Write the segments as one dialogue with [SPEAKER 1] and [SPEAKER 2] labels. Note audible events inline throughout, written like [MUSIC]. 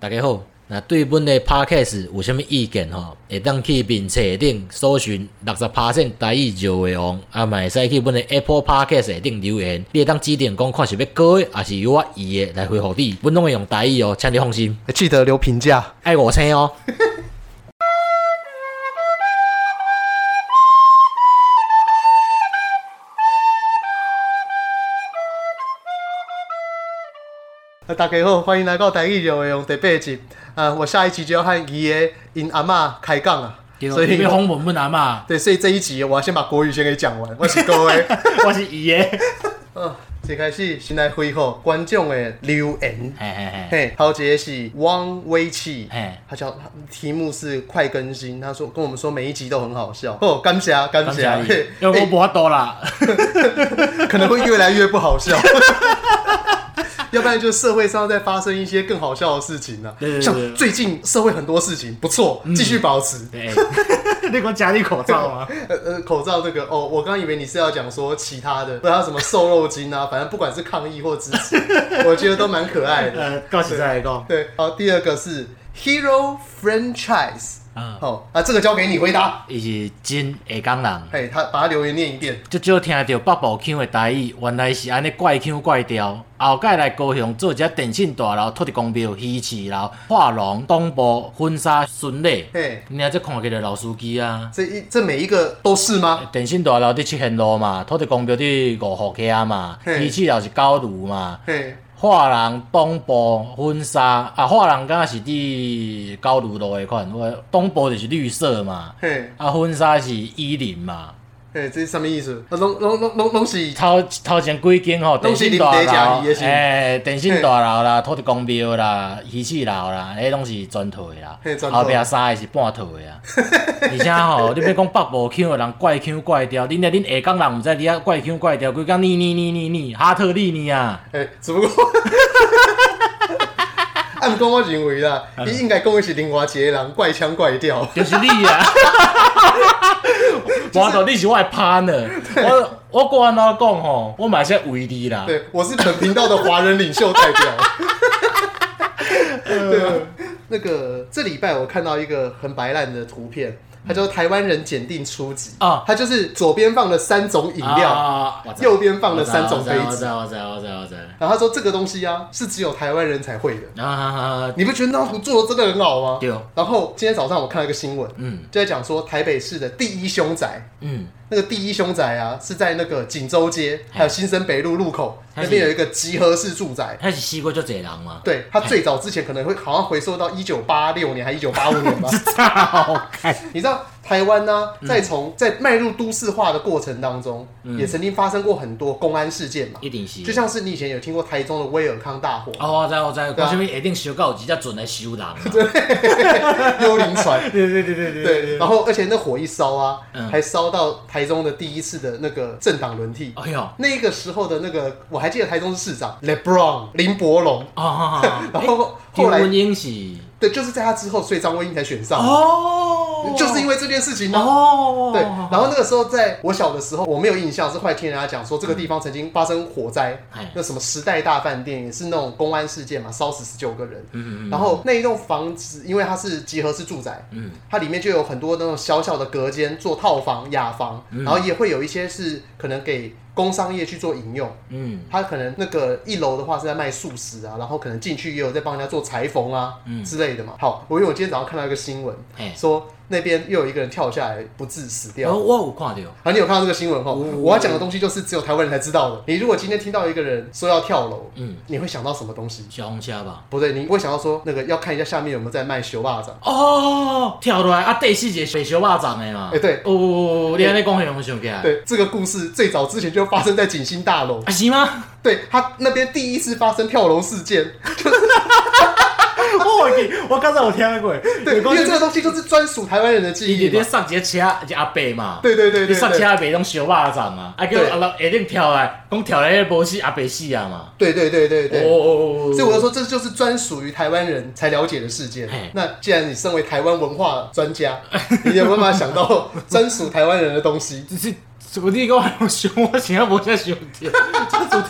[SPEAKER 1] 大家好，那对本的 podcast 有啥物意见吼？会当去面册顶搜寻六十 percent 台语就会王，啊，嘛会使去本的 Apple podcast 下顶留言，你会当指定讲看是要改的，还是由我伊的来回复你，阮拢会用台语哦，请你放心，
[SPEAKER 2] 记得留评价。
[SPEAKER 1] 爱五星哦。
[SPEAKER 2] 那大家好，欢迎来到台语游泳第八集。啊，我下一集就要和伊的因阿嬷开杠啊，所以
[SPEAKER 1] 要啊访问阮阿嬷，
[SPEAKER 2] 对，所以这一集我要先把国语先给讲完。我是各位，
[SPEAKER 1] [LAUGHS]
[SPEAKER 2] [LAUGHS]
[SPEAKER 1] 我是伊的。
[SPEAKER 2] 嗯，一开始先来回复观众的留言。
[SPEAKER 1] 嘿 [LAUGHS] 嘿嘿，
[SPEAKER 2] 嘿，好姐是汪威气
[SPEAKER 1] 嘿，
[SPEAKER 2] 他叫他题目是快更新，他说跟我们说每一集都很好笑哦，感谢感
[SPEAKER 1] 感
[SPEAKER 2] 谢，
[SPEAKER 1] 谢
[SPEAKER 2] 嘿
[SPEAKER 1] 伊，
[SPEAKER 2] [LAUGHS]
[SPEAKER 1] 因为我
[SPEAKER 2] 欸
[SPEAKER 1] 无法度 [LAUGHS] 啦，
[SPEAKER 2] [LAUGHS] 可能会越来越不好笑， [LAUGHS] 要不然就社会上在发生一些更好笑的事情呢、
[SPEAKER 1] 对对对嗯
[SPEAKER 2] 像最近社会很多事情不错，继续保持。
[SPEAKER 1] 对，你讲加你口罩 [LAUGHS] 吗？
[SPEAKER 2] 呃呃，口罩这个哦，我刚以为你是要讲说其他的，不知道什么瘦肉精啊， [LAUGHS] 反正不管是抗议或支持， [LAUGHS] 我觉得都蛮可爱的。
[SPEAKER 3] 呃，到时再来
[SPEAKER 1] [LAUGHS]
[SPEAKER 3] 讲。
[SPEAKER 2] 对，好，第二个是 Hero Franchise，
[SPEAKER 1] 啊，
[SPEAKER 2] 好、啊，这个交给你回答。
[SPEAKER 1] 伊是真会讲人。
[SPEAKER 2] 哎，他把他留言念一遍。
[SPEAKER 1] 足少听到北部腔的台语，原来是安尼怪腔怪调。后盖来高雄做一只电信大楼、土地公庙、鱼市楼、化龙、东部、婚纱、巡礼。
[SPEAKER 2] 嘿，
[SPEAKER 1] 你啊，这看起来老司机啊！
[SPEAKER 2] 这一这每一个都是吗？
[SPEAKER 1] 电信大楼伫七贤路嘛，土地公庙伫五福溪嘛，
[SPEAKER 2] 嘿
[SPEAKER 1] 鱼市楼是九如嘛，
[SPEAKER 2] 嘿，
[SPEAKER 1] 化龙东部婚纱啊，化龙敢若是伫九如路的款，我东部就是绿色嘛，
[SPEAKER 2] 嘿，
[SPEAKER 1] 啊婚纱是伊林嘛。
[SPEAKER 2] 嘿，这是什么意思？啊拢拢拢拢拢
[SPEAKER 1] [LAUGHS]
[SPEAKER 2] 是
[SPEAKER 1] 头头前几间吼，
[SPEAKER 2] 拢
[SPEAKER 1] 电
[SPEAKER 2] 是
[SPEAKER 1] 信大
[SPEAKER 2] 林地
[SPEAKER 1] 楼
[SPEAKER 2] 吃鱼的，是
[SPEAKER 1] 诶，电信大楼啦、土地公庙啦、鱼市楼啦，迄拢是全套的啦
[SPEAKER 2] 嘿全。套
[SPEAKER 1] 后壁三个是半套的啊。 [LAUGHS] 而且吼，你要讲北部腔的人怪腔怪调，恁咧恁下港人毋知伫遐怪腔怪调，规工腻腻腻腻腻，哈特利尼啊，
[SPEAKER 2] 哎、只不过， [LAUGHS] 按讲我认为啦，
[SPEAKER 1] 嗯
[SPEAKER 2] 伊应该讲的是另外一个人怪腔怪调。
[SPEAKER 1] 就是你
[SPEAKER 2] [LAUGHS]
[SPEAKER 1] 啊。我到你是我的 partner，我我过安怎讲吼，我嘛是为你啦。
[SPEAKER 2] 对，我是本频道的华人领袖
[SPEAKER 1] [LAUGHS]
[SPEAKER 2] 代表。对啊，那个这礼拜我看到一个很白烂的图片，它叫《台湾人检定初级》
[SPEAKER 1] 啊
[SPEAKER 2] 它就是左边放了三种饮料，
[SPEAKER 1] 啊，我知
[SPEAKER 2] 右边放了三种杯
[SPEAKER 1] 我知
[SPEAKER 2] 子，
[SPEAKER 1] 道，我知道，我知道，我知道。
[SPEAKER 2] 然后他说这个东西啊是只有台湾人才会的。
[SPEAKER 1] 啊，
[SPEAKER 2] 你不觉得那图做的真的很好吗？
[SPEAKER 1] 对。
[SPEAKER 2] 然后今天早上我看了一个新闻，
[SPEAKER 1] 嗯
[SPEAKER 2] 就在讲说台北市的第一凶宅，
[SPEAKER 1] 嗯，
[SPEAKER 2] 那个第一凶宅啊，是在那个锦州街还有新生北路路口
[SPEAKER 1] 它
[SPEAKER 2] 那
[SPEAKER 1] 是
[SPEAKER 2] 边有一个集合式住宅。
[SPEAKER 1] 他是西瓜就这人嘛。
[SPEAKER 2] 对，它最早之前可能会好像回溯到一九八六年还一九八五
[SPEAKER 1] [LAUGHS]
[SPEAKER 2] 年吧。
[SPEAKER 1] 好看。
[SPEAKER 2] 你知道台湾呢、在从在迈入都市化的过程当中，也曾经发生过很多公安事件嘛，
[SPEAKER 1] 一定嗯是。
[SPEAKER 2] 就像是你以前有听过台中的威尔康大火、
[SPEAKER 1] 哦，我知我知，
[SPEAKER 2] 对啊
[SPEAKER 1] 讲什么一定修到有一只船来修
[SPEAKER 2] [LAUGHS]
[SPEAKER 1] 人嘛。
[SPEAKER 2] 幽灵
[SPEAKER 1] [LAUGHS]
[SPEAKER 2] 船，
[SPEAKER 3] 对对对对对
[SPEAKER 2] 对，然后而且那火一烧啊，
[SPEAKER 1] 嗯
[SPEAKER 2] 还烧到台中的第一次的那个政党轮替。
[SPEAKER 1] 哎呦，哦
[SPEAKER 2] 那个时候的那个，我还记得台中市市长 LeBron 林柏龙，
[SPEAKER 1] 哦，哦
[SPEAKER 2] [LAUGHS] 然后
[SPEAKER 1] 张
[SPEAKER 2] 后来
[SPEAKER 1] 文英是
[SPEAKER 2] 对，就是在他之后，所以张威英才选上，
[SPEAKER 1] 哦
[SPEAKER 2] 就是因为这件事情呢、
[SPEAKER 1] 哦，
[SPEAKER 2] 对，然后那个时候在我小的时候，我没有印象，是后来听人家讲说这个地方曾经发生火灾
[SPEAKER 1] 哎，
[SPEAKER 2] 那什么时代大饭店也是那种公安事件嘛，烧死十九个人。
[SPEAKER 1] 嗯嗯
[SPEAKER 2] 然后那一栋房子，因为它是集合式住宅，
[SPEAKER 1] 嗯
[SPEAKER 2] 它里面就有很多那种小小的隔间做套房、雅房，
[SPEAKER 1] 嗯
[SPEAKER 2] 然后也会有一些是可能给工商业去做营用。
[SPEAKER 1] 嗯
[SPEAKER 2] 它可能那个一楼的话是在卖素食啊，然后可能进去也有在帮人家做裁缝啊、
[SPEAKER 1] 嗯
[SPEAKER 2] 之类的嘛。好，我因为我今天早上看到一个新闻，
[SPEAKER 1] 嘿
[SPEAKER 2] 说那边又有一个人跳下来不治死
[SPEAKER 1] 嗯，
[SPEAKER 2] 掉。
[SPEAKER 1] 哦，我有看到，
[SPEAKER 2] 啊，你有看到这个新闻后，
[SPEAKER 1] 哦
[SPEAKER 2] 我要讲的东西就是只有台湾人才知道的。你如果今天听到一个人说要跳楼，
[SPEAKER 1] 嗯，
[SPEAKER 2] 你会想到什么东西？
[SPEAKER 1] 小红车吧。
[SPEAKER 2] 不对，你会想到说那个要看一下下面有没有在卖小蚂蚱。
[SPEAKER 1] 哦，跳落来啊，第四节白小肉粽的嘛。
[SPEAKER 2] 哎对
[SPEAKER 1] 哦，你安尼讲，我想起来。
[SPEAKER 2] 对，这个故事最早之前就发生在景星大楼，
[SPEAKER 1] 啊，是吗？ [LAUGHS]
[SPEAKER 2] 对他那边第一次发生跳楼事件，
[SPEAKER 3] 我忘记，我刚才有听过。
[SPEAKER 2] 对，
[SPEAKER 3] 对
[SPEAKER 2] 因为这个东西就是专属台湾人的记
[SPEAKER 1] 伊就
[SPEAKER 2] 忆
[SPEAKER 1] 咧
[SPEAKER 2] 嘛。
[SPEAKER 1] 上一个车，一个阿伯嘛。
[SPEAKER 2] 对对对
[SPEAKER 1] 你
[SPEAKER 2] 对
[SPEAKER 1] 上车
[SPEAKER 2] 对，
[SPEAKER 1] 阿伯拢小肉粽啊，啊叫
[SPEAKER 2] 对
[SPEAKER 1] 阿老下顶跳来，讲跳来迄无死阿伯死啊嘛。
[SPEAKER 2] 对对对对对。
[SPEAKER 1] 哦哦哦，
[SPEAKER 2] 所以我就说，这就是专属于台湾人才了解的事件
[SPEAKER 1] 嘿。
[SPEAKER 2] 那既然你身为台湾文化专家，你有没有办法想到 [LAUGHS] 专属台湾人的东西？
[SPEAKER 1] [LAUGHS] 这是我你讲我想，我想要无啥想着，这主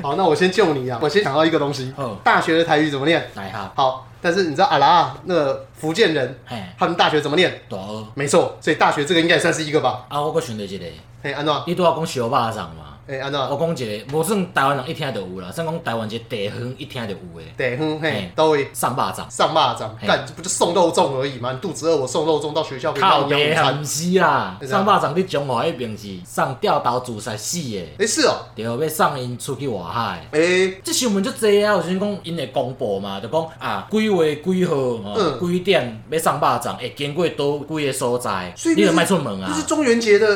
[SPEAKER 2] 好，那我先救你啊！我先想到一个东西
[SPEAKER 1] 好，
[SPEAKER 2] 大学的台语怎么念？
[SPEAKER 1] 来哈，
[SPEAKER 2] 好，但是你知道阿拉啊那个福建人，
[SPEAKER 1] 嘿，
[SPEAKER 2] 他们大学怎么念？
[SPEAKER 1] 大学
[SPEAKER 2] 没错，所以大学这个应该也算是一个吧？
[SPEAKER 1] 啊，我搁想到一个，
[SPEAKER 2] 嘿，安诺，
[SPEAKER 1] 你拄仔讲小肉粽嘛，
[SPEAKER 2] 嘿，安
[SPEAKER 1] 我
[SPEAKER 2] 诺，
[SPEAKER 1] 讲一个，无算台湾人一听就有啦，算讲台湾一个地方一听就有诶，
[SPEAKER 2] 得哼，嘿
[SPEAKER 1] 嘿，
[SPEAKER 2] 都位
[SPEAKER 1] 上肉
[SPEAKER 2] [LAUGHS]
[SPEAKER 1] 粽，
[SPEAKER 2] 上蚂蚱，
[SPEAKER 1] 嘿
[SPEAKER 2] 干这不就送肉粽而已嘛？你肚子饿，我送肉粽到学校给你当
[SPEAKER 1] 靠
[SPEAKER 2] 午
[SPEAKER 1] 北啊，
[SPEAKER 2] 餐
[SPEAKER 1] 毋。是啦，
[SPEAKER 2] 是啊
[SPEAKER 1] 上肉粽你中华迄边是送吊头自杀死诶，
[SPEAKER 2] 哎，是哦，
[SPEAKER 1] 对，要送因出去外海。
[SPEAKER 2] 哎，
[SPEAKER 1] 即新闻足济啊，有时阵讲因会公布嘛，就讲啊几月几号、吼，
[SPEAKER 2] 嗯
[SPEAKER 1] 几点要送肉粽，会经过倒几个所在，
[SPEAKER 2] 所以
[SPEAKER 1] 你
[SPEAKER 2] 那
[SPEAKER 1] 就是莫出门
[SPEAKER 2] 那
[SPEAKER 1] 啊
[SPEAKER 2] 是。中元节的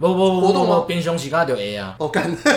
[SPEAKER 1] 无无无
[SPEAKER 2] 活动啊
[SPEAKER 1] 无
[SPEAKER 2] 吗
[SPEAKER 1] 无，平常时间就会啊。
[SPEAKER 2] 哦，干！ [LAUGHS] 等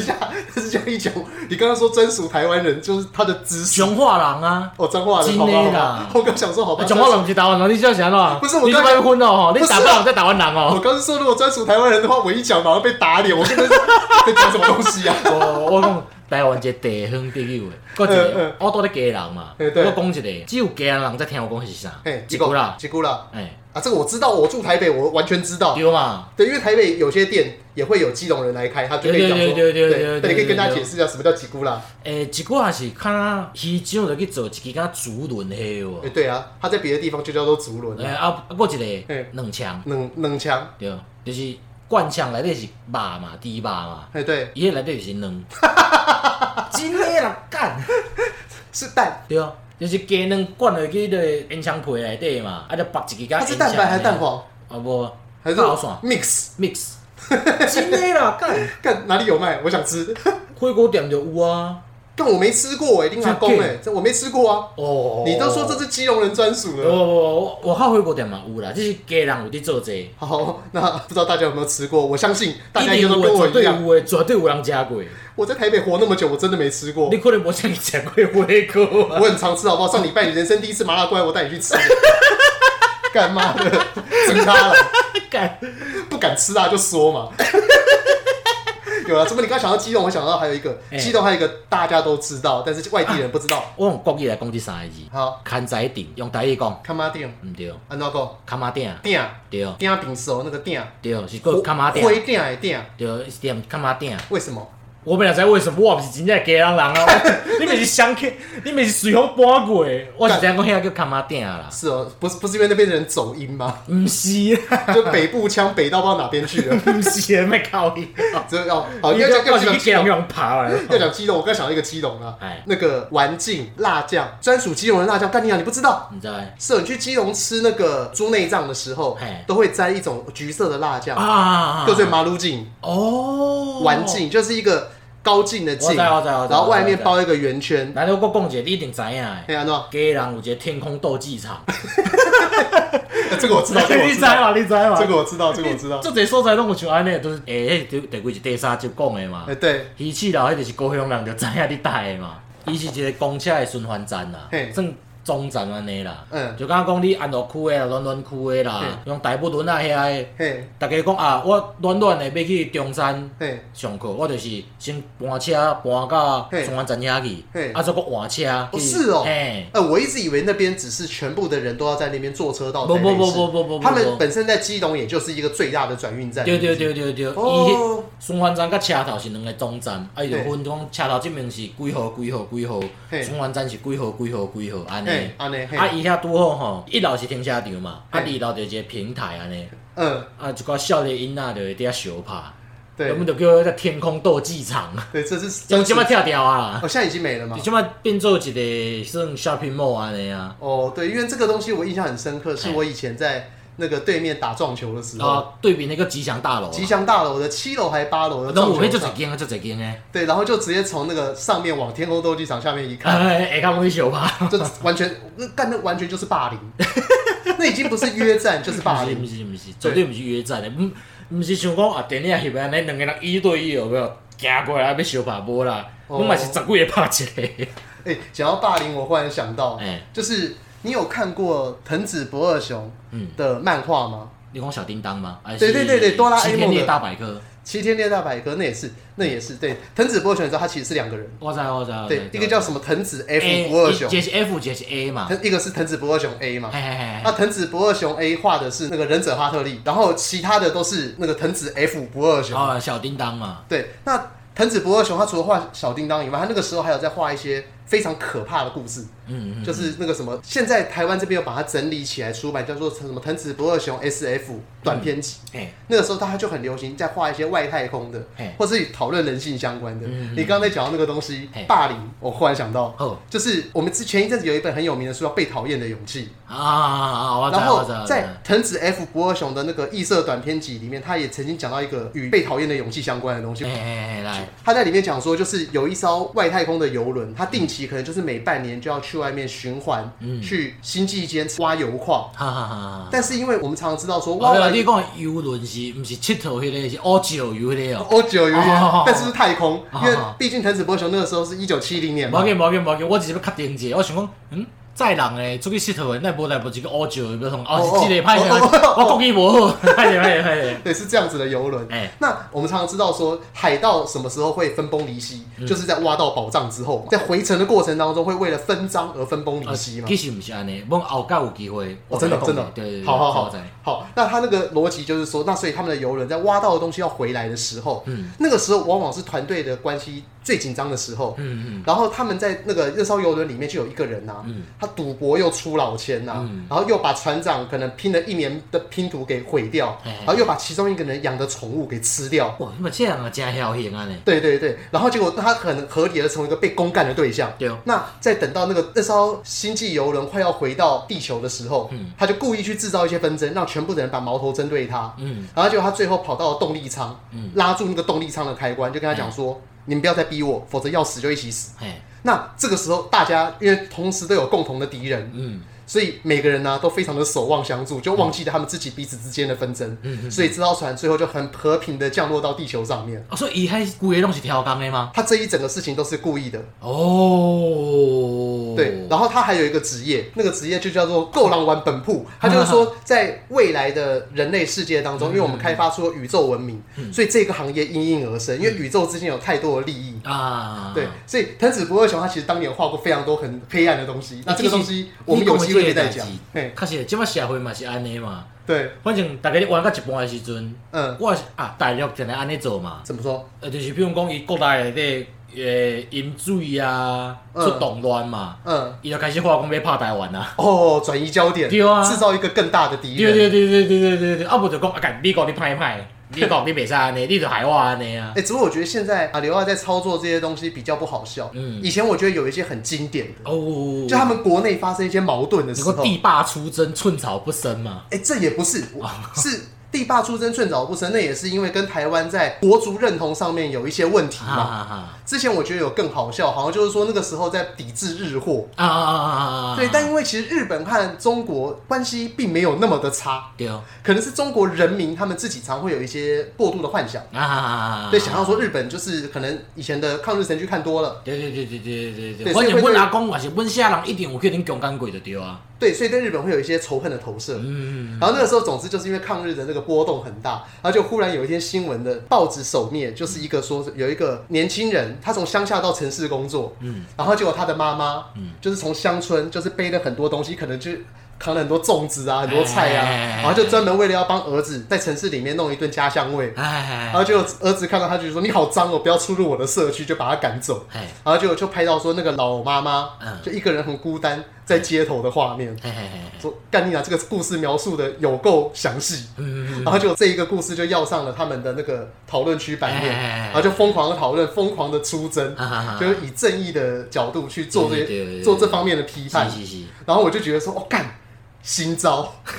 [SPEAKER 2] 一下，但是这样一讲，你刚刚说专属台湾人，就是他的知识。
[SPEAKER 1] 彰化人啊，
[SPEAKER 2] 哦，彰化人，好
[SPEAKER 1] 真的
[SPEAKER 2] 吧，好吧
[SPEAKER 1] 啦。
[SPEAKER 2] 我刚想说，好吧，
[SPEAKER 1] 彰化人毋是台湾人，你这样是安怎？
[SPEAKER 2] 哦不是我
[SPEAKER 1] 你
[SPEAKER 2] 刚才
[SPEAKER 1] 要婚哦吼，你
[SPEAKER 2] 不是啊
[SPEAKER 1] 台湾人在台湾人
[SPEAKER 2] 我
[SPEAKER 1] 哦。
[SPEAKER 2] 刚是说，如果专属台湾人的话，我一讲马上被打脸，我真的是 [LAUGHS] 在讲什么东西啊？ [LAUGHS]
[SPEAKER 1] 我我讲台湾一个地方特有的，搁一
[SPEAKER 2] 嗯嗯
[SPEAKER 1] 个我住咧家人嘛，
[SPEAKER 2] 嘿对
[SPEAKER 1] 我讲一个，只有家人才听我讲是啥
[SPEAKER 2] 嘿，，
[SPEAKER 1] 一句啦，
[SPEAKER 2] 吉古啦，
[SPEAKER 1] 哎，
[SPEAKER 2] 啊，这个我知道，我住台北，我完全知道。
[SPEAKER 1] 对嘛，
[SPEAKER 2] 对，因为台北有些店也会有基隆人来开，他就可以讲说，
[SPEAKER 1] 对对对对对对
[SPEAKER 2] 那你可以跟他
[SPEAKER 1] 对对
[SPEAKER 2] 解释一下什么叫吉古啦。
[SPEAKER 1] 诶，一句也是看若鱼糭落去做一支敢竹轮迄哦
[SPEAKER 2] 哎，。对啊，他在别的地方就叫做竹轮
[SPEAKER 1] 诶，
[SPEAKER 2] 啊，
[SPEAKER 1] 啊，啊，搁一个
[SPEAKER 2] 嘿
[SPEAKER 1] 两枪，
[SPEAKER 2] 冷冷枪，
[SPEAKER 1] 对，就是灌枪内底是肉嘛，猪肉嘛，
[SPEAKER 2] 哎，对，
[SPEAKER 1] 伊迄内底就是卵，真诶啦，干，
[SPEAKER 2] 是蛋，
[SPEAKER 1] 对，就是鸡卵灌落去迄个烟枪皮内底嘛，啊，就绑一支甲
[SPEAKER 2] 它是蛋白还是蛋？黄？
[SPEAKER 1] 啊无，
[SPEAKER 2] 还是
[SPEAKER 1] 好爽
[SPEAKER 2] mix？
[SPEAKER 1] mix，真诶啦，干，
[SPEAKER 2] 看哪里有卖，我想吃。 [LAUGHS]
[SPEAKER 1] 火锅店就有啊，
[SPEAKER 2] 但我没吃过哎、欸，丁阿公
[SPEAKER 1] 真
[SPEAKER 2] 哎、
[SPEAKER 1] 假
[SPEAKER 2] 欸，这我没吃过啊。
[SPEAKER 1] 哦
[SPEAKER 2] 你都说这。是基隆人专属
[SPEAKER 1] 我
[SPEAKER 2] 了。
[SPEAKER 1] 我我我靠火锅店嘛有啦，就是家人有伫做这个
[SPEAKER 2] 好，那不知道大家有没有吃过？我相信大家
[SPEAKER 1] 一
[SPEAKER 2] 应
[SPEAKER 1] 定
[SPEAKER 2] 该
[SPEAKER 1] 有
[SPEAKER 2] 都跟我
[SPEAKER 1] 的，绝
[SPEAKER 2] 一
[SPEAKER 1] 对
[SPEAKER 2] 样。
[SPEAKER 1] 有诶，绝对有人食过。
[SPEAKER 2] 我在台北活那么久，我真的没吃过
[SPEAKER 1] 你。可能无像去食过火锅啊
[SPEAKER 2] [LAUGHS] 我。很常吃，好不好？上礼拜你人生第一次麻辣锅，我带你去吃。干妈的，整他了，
[SPEAKER 1] 干
[SPEAKER 2] 不敢吃辣就说嘛。 [LAUGHS] 有了，怎么你刚想到基隆，我想到还有一个
[SPEAKER 1] 哎
[SPEAKER 2] 基隆，还有一个大家都知道，但是外地人不知道。
[SPEAKER 1] 我用国语来讲这三个字，
[SPEAKER 2] 好，
[SPEAKER 1] 牵仔顶，用台语讲，
[SPEAKER 2] 看妈店，
[SPEAKER 1] 毋对，
[SPEAKER 2] 安怎讲？
[SPEAKER 1] 卡马顶，
[SPEAKER 2] 店
[SPEAKER 1] 对
[SPEAKER 2] 店饼熟哦那个店，
[SPEAKER 1] 对，是个卡马顶，
[SPEAKER 2] 灰店的店，
[SPEAKER 1] 对，是点卡马顶。
[SPEAKER 2] 为什么？
[SPEAKER 1] 我本来知为什么我毋是真正家人人
[SPEAKER 2] [LAUGHS]
[SPEAKER 1] 啊，你毋是相克，你毋是随风搬过的，我是知影讲遐叫卡马顶啦，
[SPEAKER 2] 是哦，不是不是因为那边的人走音吗？
[SPEAKER 1] 毋是 [LAUGHS] 啦，
[SPEAKER 2] 就北部腔北到不知道哪边去
[SPEAKER 1] [LAUGHS]
[SPEAKER 2] 了。
[SPEAKER 1] 毋是的，莫靠伊，
[SPEAKER 2] 这哦，好，
[SPEAKER 1] 你
[SPEAKER 2] 要讲要
[SPEAKER 1] 我是
[SPEAKER 2] 讲
[SPEAKER 1] 去
[SPEAKER 2] 基
[SPEAKER 1] 家人
[SPEAKER 2] 隆，
[SPEAKER 1] 用爬来，
[SPEAKER 2] 要讲基隆，我刚想到一个基隆啊
[SPEAKER 1] 哎，
[SPEAKER 2] 那个丸进辣酱，专属基隆的辣酱，干你啊，你不知道。
[SPEAKER 1] 毋知
[SPEAKER 2] 是哦，你去基隆吃那个猪内脏的时候
[SPEAKER 1] 哎，
[SPEAKER 2] 都会沾一种橘色的辣酱，
[SPEAKER 1] 啊？
[SPEAKER 2] 叫做麻鹿酱，
[SPEAKER 1] 哦，
[SPEAKER 2] 丸进就是一个高进的
[SPEAKER 1] 我
[SPEAKER 2] 进，
[SPEAKER 1] 知道我知道我知道
[SPEAKER 2] 然后外面包一个圆圈。
[SPEAKER 1] 来，我讲一个，你一定知影的。
[SPEAKER 2] 哎呀，喏，
[SPEAKER 1] 家人有一个天空斗技场，
[SPEAKER 2] [LAUGHS] 这个我知道，这个我
[SPEAKER 3] 你
[SPEAKER 2] 知
[SPEAKER 3] 知
[SPEAKER 2] 道，
[SPEAKER 3] 嘛？你知嘛？
[SPEAKER 1] 啊
[SPEAKER 2] 这个我知道，这个我
[SPEAKER 1] [LAUGHS]
[SPEAKER 2] 知道。
[SPEAKER 1] 足侪所在拢有像安尼，就是诶，迄、第第几集第三集讲的嘛
[SPEAKER 2] 哎，。对，
[SPEAKER 1] 鱼市楼迄就是高雄人就知影你带的嘛。伊是一个公车的循环站啦
[SPEAKER 2] 嘿，
[SPEAKER 1] 算总站安尼啦。
[SPEAKER 2] 嗯
[SPEAKER 1] 就敢讲你安乐区的啦、暖暖区的啦，
[SPEAKER 2] 嘿
[SPEAKER 1] 用大埔屯啊遐的，
[SPEAKER 2] 嘿，
[SPEAKER 1] 大家讲啊，我暖暖的要去中山
[SPEAKER 2] 嘿，
[SPEAKER 1] 上课，我就是先搬车搬到
[SPEAKER 2] 嘿
[SPEAKER 1] 循环站遐去
[SPEAKER 2] 嘿，
[SPEAKER 1] 啊，再搁换车。
[SPEAKER 2] 哦是哦
[SPEAKER 1] 嘿，
[SPEAKER 2] 呃，我一直以为那边只是全部的人都要在那边坐车到
[SPEAKER 1] 不
[SPEAKER 2] 台北
[SPEAKER 1] 不不
[SPEAKER 2] 市
[SPEAKER 1] 不不不不，
[SPEAKER 2] 他们
[SPEAKER 1] 不
[SPEAKER 2] 本身在基隆也就是一个最大的转运站。
[SPEAKER 1] 对对对对对，伊
[SPEAKER 2] 哦
[SPEAKER 1] 迄循环站甲车头是两个总站，啊伊就
[SPEAKER 2] 嘿
[SPEAKER 1] 分讲车头即面是几号几号几号，
[SPEAKER 2] 嘿
[SPEAKER 1] 循环站是几号几号几号安尼。
[SPEAKER 2] 嘿，安尼
[SPEAKER 1] 啊
[SPEAKER 2] 嘿，
[SPEAKER 1] 伊遐拄好吼，一楼是停车场嘛，啊
[SPEAKER 2] 嘿
[SPEAKER 1] 二楼就一个平台安尼，
[SPEAKER 2] 嗯，
[SPEAKER 1] 啊一寡少年囡仔就会伫遐相拍，
[SPEAKER 2] 对
[SPEAKER 1] 我们就叫迄个天空斗技
[SPEAKER 2] [LAUGHS]
[SPEAKER 1] 场，
[SPEAKER 2] 对，这是
[SPEAKER 1] 将即摆拆掉啊，
[SPEAKER 2] 哦，现在已经没了嘛
[SPEAKER 1] 就。即摆变做一个算 shopping mall 安尼啊。
[SPEAKER 2] 哦，对，因为这个东西我印象很深刻，是
[SPEAKER 1] 嘿
[SPEAKER 2] 我以前在那个对面打撞球的时候，
[SPEAKER 1] 啊，对面那个吉祥大楼啊，
[SPEAKER 2] 哦吉祥大楼的七楼还八楼的
[SPEAKER 1] 拢
[SPEAKER 2] 撞
[SPEAKER 1] 有迄足
[SPEAKER 2] 球
[SPEAKER 1] 一
[SPEAKER 2] 场，
[SPEAKER 1] 间啊，足一间诶，
[SPEAKER 2] 对，然后就直接从那个上面往天空斗技场下面一
[SPEAKER 1] [LAUGHS]
[SPEAKER 2] 看，
[SPEAKER 1] 哎，会较容易相拍。
[SPEAKER 2] [LAUGHS] 这完全那干那完全就是霸凌，那已经不是约战就是霸
[SPEAKER 1] 不
[SPEAKER 2] 凌。
[SPEAKER 1] [LAUGHS] 是不是不是，绝对不是约战的，毋毋是像讲啊电影翕的安尼两个人一对一有没有？行过来要相拍无啦，
[SPEAKER 2] 哦
[SPEAKER 1] 我嘛是十几个拍一个。
[SPEAKER 2] 哎，讲到霸凌，我忽然想到，
[SPEAKER 1] 哎，
[SPEAKER 2] 就是你有看过藤子不二雄
[SPEAKER 1] 嗯
[SPEAKER 2] 的漫画吗？
[SPEAKER 1] [LAUGHS] 你讲小叮当吗？还是
[SPEAKER 2] 对对对对哆啦 A
[SPEAKER 1] 晴
[SPEAKER 2] 梦的
[SPEAKER 1] 天猎大百科，
[SPEAKER 2] 《齐天烈大百科》那也是，那也是对。藤子不二雄，你知道他其实是两个人，
[SPEAKER 1] 我知我知。我知
[SPEAKER 2] 对，一个叫什么藤子 F
[SPEAKER 1] ？A
[SPEAKER 2] 不二雄，
[SPEAKER 1] 一个是 F，一个是 A 嘛。
[SPEAKER 2] 藤一个是藤子不二雄 A 嘛。
[SPEAKER 1] 嘿嘿嘿
[SPEAKER 2] 那
[SPEAKER 1] 嘿，
[SPEAKER 2] 藤子不二雄 A 画的是那个忍者哈特利，然后其他的都是那个藤子 F 不二雄。
[SPEAKER 1] 哦，小叮当嘛，
[SPEAKER 2] 对，那藤子不二雄他除了画小叮当以外，他那个时候还有在画一些非常可怕的故事，嗯嗯就是那个什么，现在台湾这边有把它整理起来出版，叫做什么藤子不二雄 S F 短篇集。
[SPEAKER 1] 嘿，
[SPEAKER 2] 那个时候他就很流行在画一些外太空的
[SPEAKER 1] 嘿，嗯
[SPEAKER 2] 或是讨论人性相关的。你刚刚在讲到那个东西
[SPEAKER 1] 嘿，
[SPEAKER 2] 霸凌，我忽然想到
[SPEAKER 1] 哦，
[SPEAKER 2] 就是我们之前一阵子有一本很有名的书叫《被讨厌的勇气》，
[SPEAKER 1] 啊啊，啊我知
[SPEAKER 2] 然
[SPEAKER 1] 道我
[SPEAKER 2] 后
[SPEAKER 1] 知道我知道
[SPEAKER 2] 在藤子 F 不二雄的那个异色短篇集里面，他也曾经讲到一个与被讨厌的勇气相关的东西
[SPEAKER 1] 嘿。嘿嘿，来，
[SPEAKER 2] 他在里面讲说，就是有一艘外太空的游轮，它定期可能就是每半年就要去外面循环，去星际间挖油矿。
[SPEAKER 1] 哈哈哈哈。
[SPEAKER 2] 但是因为我们常常知道说，挖
[SPEAKER 1] 我
[SPEAKER 2] 完
[SPEAKER 1] 了你讲游轮是毋是佚佗迄个是乌石游迄个哦？
[SPEAKER 2] 欧九有一点
[SPEAKER 1] 哦，
[SPEAKER 2] 但是是太空，
[SPEAKER 1] 哦
[SPEAKER 2] 因为毕竟藤子不二雄那个时候是一九七零年
[SPEAKER 1] 无要
[SPEAKER 2] 嘛。
[SPEAKER 1] 紧无要紧无要紧，我只是要确定者，我想讲，嗯，载人诶，出去佚佗诶，那无来无一个乌石，要从哦，是即个歹势，我国语无好，歹势歹势歹势。
[SPEAKER 2] 对，是这样子的游轮。
[SPEAKER 1] 哎
[SPEAKER 2] 那我们常常知道说，海盗什么时候会分崩离析，就是在挖到宝藏之后，在回程的过程当中，会为了分赃而分崩离析嘛
[SPEAKER 1] 其。实毋是安尼，阮后盖有机会，
[SPEAKER 2] 哦，真的真的
[SPEAKER 1] 对对，对
[SPEAKER 2] 好好
[SPEAKER 1] 我
[SPEAKER 2] 好
[SPEAKER 1] 知
[SPEAKER 2] 好。那他那个逻辑就是说，那所以他们的游轮在挖到的东西要回来的时候，
[SPEAKER 1] 嗯
[SPEAKER 2] 那个时候往往是团队的关系最紧张的时候，
[SPEAKER 1] 嗯嗯，
[SPEAKER 2] 然后他们在那个热烧游轮里面就有一个人呐、
[SPEAKER 1] 嗯
[SPEAKER 2] 他赌博又出老千呐、
[SPEAKER 1] 嗯
[SPEAKER 2] 然后又把船长可能拼了一年的拼图给毁掉，
[SPEAKER 1] 嘿嘿
[SPEAKER 2] 然后又把其中一个人养的宠物给吃掉。
[SPEAKER 1] 哇，你嘛这样啊，真侥幸安尼。
[SPEAKER 2] 对对对，然后结果他可能合理的成为一个被公干的对象。
[SPEAKER 1] 对哦
[SPEAKER 2] 那在等到那个那艘星际游轮快要回到地球的时候，
[SPEAKER 1] 嗯
[SPEAKER 2] 他就故意去制造一些纷争，让全部的人把矛头针对他。
[SPEAKER 1] 嗯
[SPEAKER 2] 然后结果他最后跑到了动力舱，
[SPEAKER 1] 嗯
[SPEAKER 2] 拉住那个动力舱的开关，就跟他讲说：“你们不要再逼我，否则要死就一起死。”
[SPEAKER 1] 嘿，
[SPEAKER 2] 那这个时候，大家因为同时都有共同的敌人，
[SPEAKER 1] 嗯
[SPEAKER 2] 所以每个人呢、都非常的守望相助，就忘记了他们自己彼此之间的纷争。
[SPEAKER 1] 嗯嗯，
[SPEAKER 2] 所以这艘船最后就很和平的降落到地球上面。
[SPEAKER 1] 啊，所以伊迄规个拢是超工诶吗？
[SPEAKER 2] 他这一整个事情都是故意的，
[SPEAKER 1] 哦，
[SPEAKER 2] 对。然后他还有一个职业，那个职业就叫做“够狼玩本铺”。他就
[SPEAKER 1] [LAUGHS]
[SPEAKER 2] 是说，在未来的人类世界
[SPEAKER 1] 嗯
[SPEAKER 2] 当中，因为我们开发出了宇宙文明，所以这个行业应运而生。因为宇宙之间有太多的利益，
[SPEAKER 1] 啊，
[SPEAKER 2] 对。所以藤子不二雄他其实当年画过非常多很黑暗的东
[SPEAKER 1] 哎
[SPEAKER 2] 西。那这个东西我们有机会可以再讲。嘿，
[SPEAKER 1] 确实，即摆社会嘛是安尼嘛，
[SPEAKER 2] 对，
[SPEAKER 1] 反正大家咧玩到一半诶时阵，
[SPEAKER 2] 嗯，
[SPEAKER 1] 我是啊大陆定来安尼做嘛，
[SPEAKER 2] 怎么说？
[SPEAKER 1] 呃，就是比如讲伊国内底诶饮水啊，
[SPEAKER 2] 嗯
[SPEAKER 1] 出动乱嘛，
[SPEAKER 2] 嗯，
[SPEAKER 1] 伊就开始话讲要拍台湾啊。
[SPEAKER 2] 哦，转移焦点，
[SPEAKER 1] 对啊
[SPEAKER 2] 制造一个更大的敌
[SPEAKER 1] 对
[SPEAKER 2] 人。
[SPEAKER 1] 对对对对对对对，啊无就讲啊，干美国你歹
[SPEAKER 2] [LAUGHS]
[SPEAKER 1] 歹，美国你袂使安尼，你就害我安尼啊
[SPEAKER 2] 哎、。只不过我觉得现在啊，刘二在操作这些东西比较不好笑。
[SPEAKER 1] 嗯
[SPEAKER 2] 以前我觉得有一些很经典的，
[SPEAKER 1] 哦，
[SPEAKER 2] 就他们国内发生一些矛盾的时
[SPEAKER 1] 能
[SPEAKER 2] 候，
[SPEAKER 1] 够地哦霸出征，寸草不生
[SPEAKER 2] [LAUGHS]
[SPEAKER 1] 嘛。
[SPEAKER 2] 哎、这也不是，我 [LAUGHS] 是地霸出征寸草不生，那也是因为跟台湾在国族认同上面有一些问题
[SPEAKER 1] 哈
[SPEAKER 2] 嘛。
[SPEAKER 1] 哈哈
[SPEAKER 2] 之前我觉得有更好笑，好像就是说那个时候在抵制日货，
[SPEAKER 1] 啊啊啊啊！
[SPEAKER 2] 对，但因为其实日本和中国关系并没有那么的差，
[SPEAKER 1] 对啊
[SPEAKER 2] 可能是中国人民他们自己常会有一些过度的幻想，
[SPEAKER 1] 啊，
[SPEAKER 2] 对，想要说日本就是可能以前的抗日神剧看多了，
[SPEAKER 1] 对对对对对对对，反
[SPEAKER 2] 对所以
[SPEAKER 1] 正
[SPEAKER 2] 会
[SPEAKER 1] 阮
[SPEAKER 2] 对
[SPEAKER 1] 阿公也是阮下人，一定有去恁强奸过就对啊。
[SPEAKER 2] 对，所以对日本会有一些仇恨的投射。
[SPEAKER 1] 嗯，
[SPEAKER 2] 然后那个时候，总之就是因为抗日的那个波动很大，然后就忽然有一天新闻的报纸首面就是一个说有一个年轻人，他从乡下到城市工作，
[SPEAKER 1] 嗯
[SPEAKER 2] 嗯，然后结果他的妈妈，
[SPEAKER 1] 嗯
[SPEAKER 2] 嗯，就是从乡村就是背了很多东西，可能就扛了很多粽子啊，很多菜啊，
[SPEAKER 1] 哎
[SPEAKER 2] 然后就专门为了要帮儿子在城市里面弄一顿家乡味，
[SPEAKER 1] 哎
[SPEAKER 2] [LAUGHS] 然后啊就儿子看到他就说你好脏哦，不要出入我的社区，就把他赶走。
[SPEAKER 1] 哎
[SPEAKER 2] 然后就就拍到说那个老妈妈
[SPEAKER 1] 嗯，
[SPEAKER 2] 就一个人很孤单在街头的画面，
[SPEAKER 1] 哎哎，
[SPEAKER 2] 说干你啊，这个故事描述的有够详细，
[SPEAKER 1] 嗯，
[SPEAKER 2] 然后就这一个故事就要上了他们的那个讨论区版面，
[SPEAKER 1] 哎
[SPEAKER 2] 然后就疯狂的讨论，疯狂的出征，
[SPEAKER 1] 啊
[SPEAKER 2] 就是以正义的角度去做这
[SPEAKER 1] 对对对
[SPEAKER 2] 些做这方面的批判
[SPEAKER 1] 是。是是，
[SPEAKER 2] 然后我就觉得说，哦干，新招。 [LAUGHS]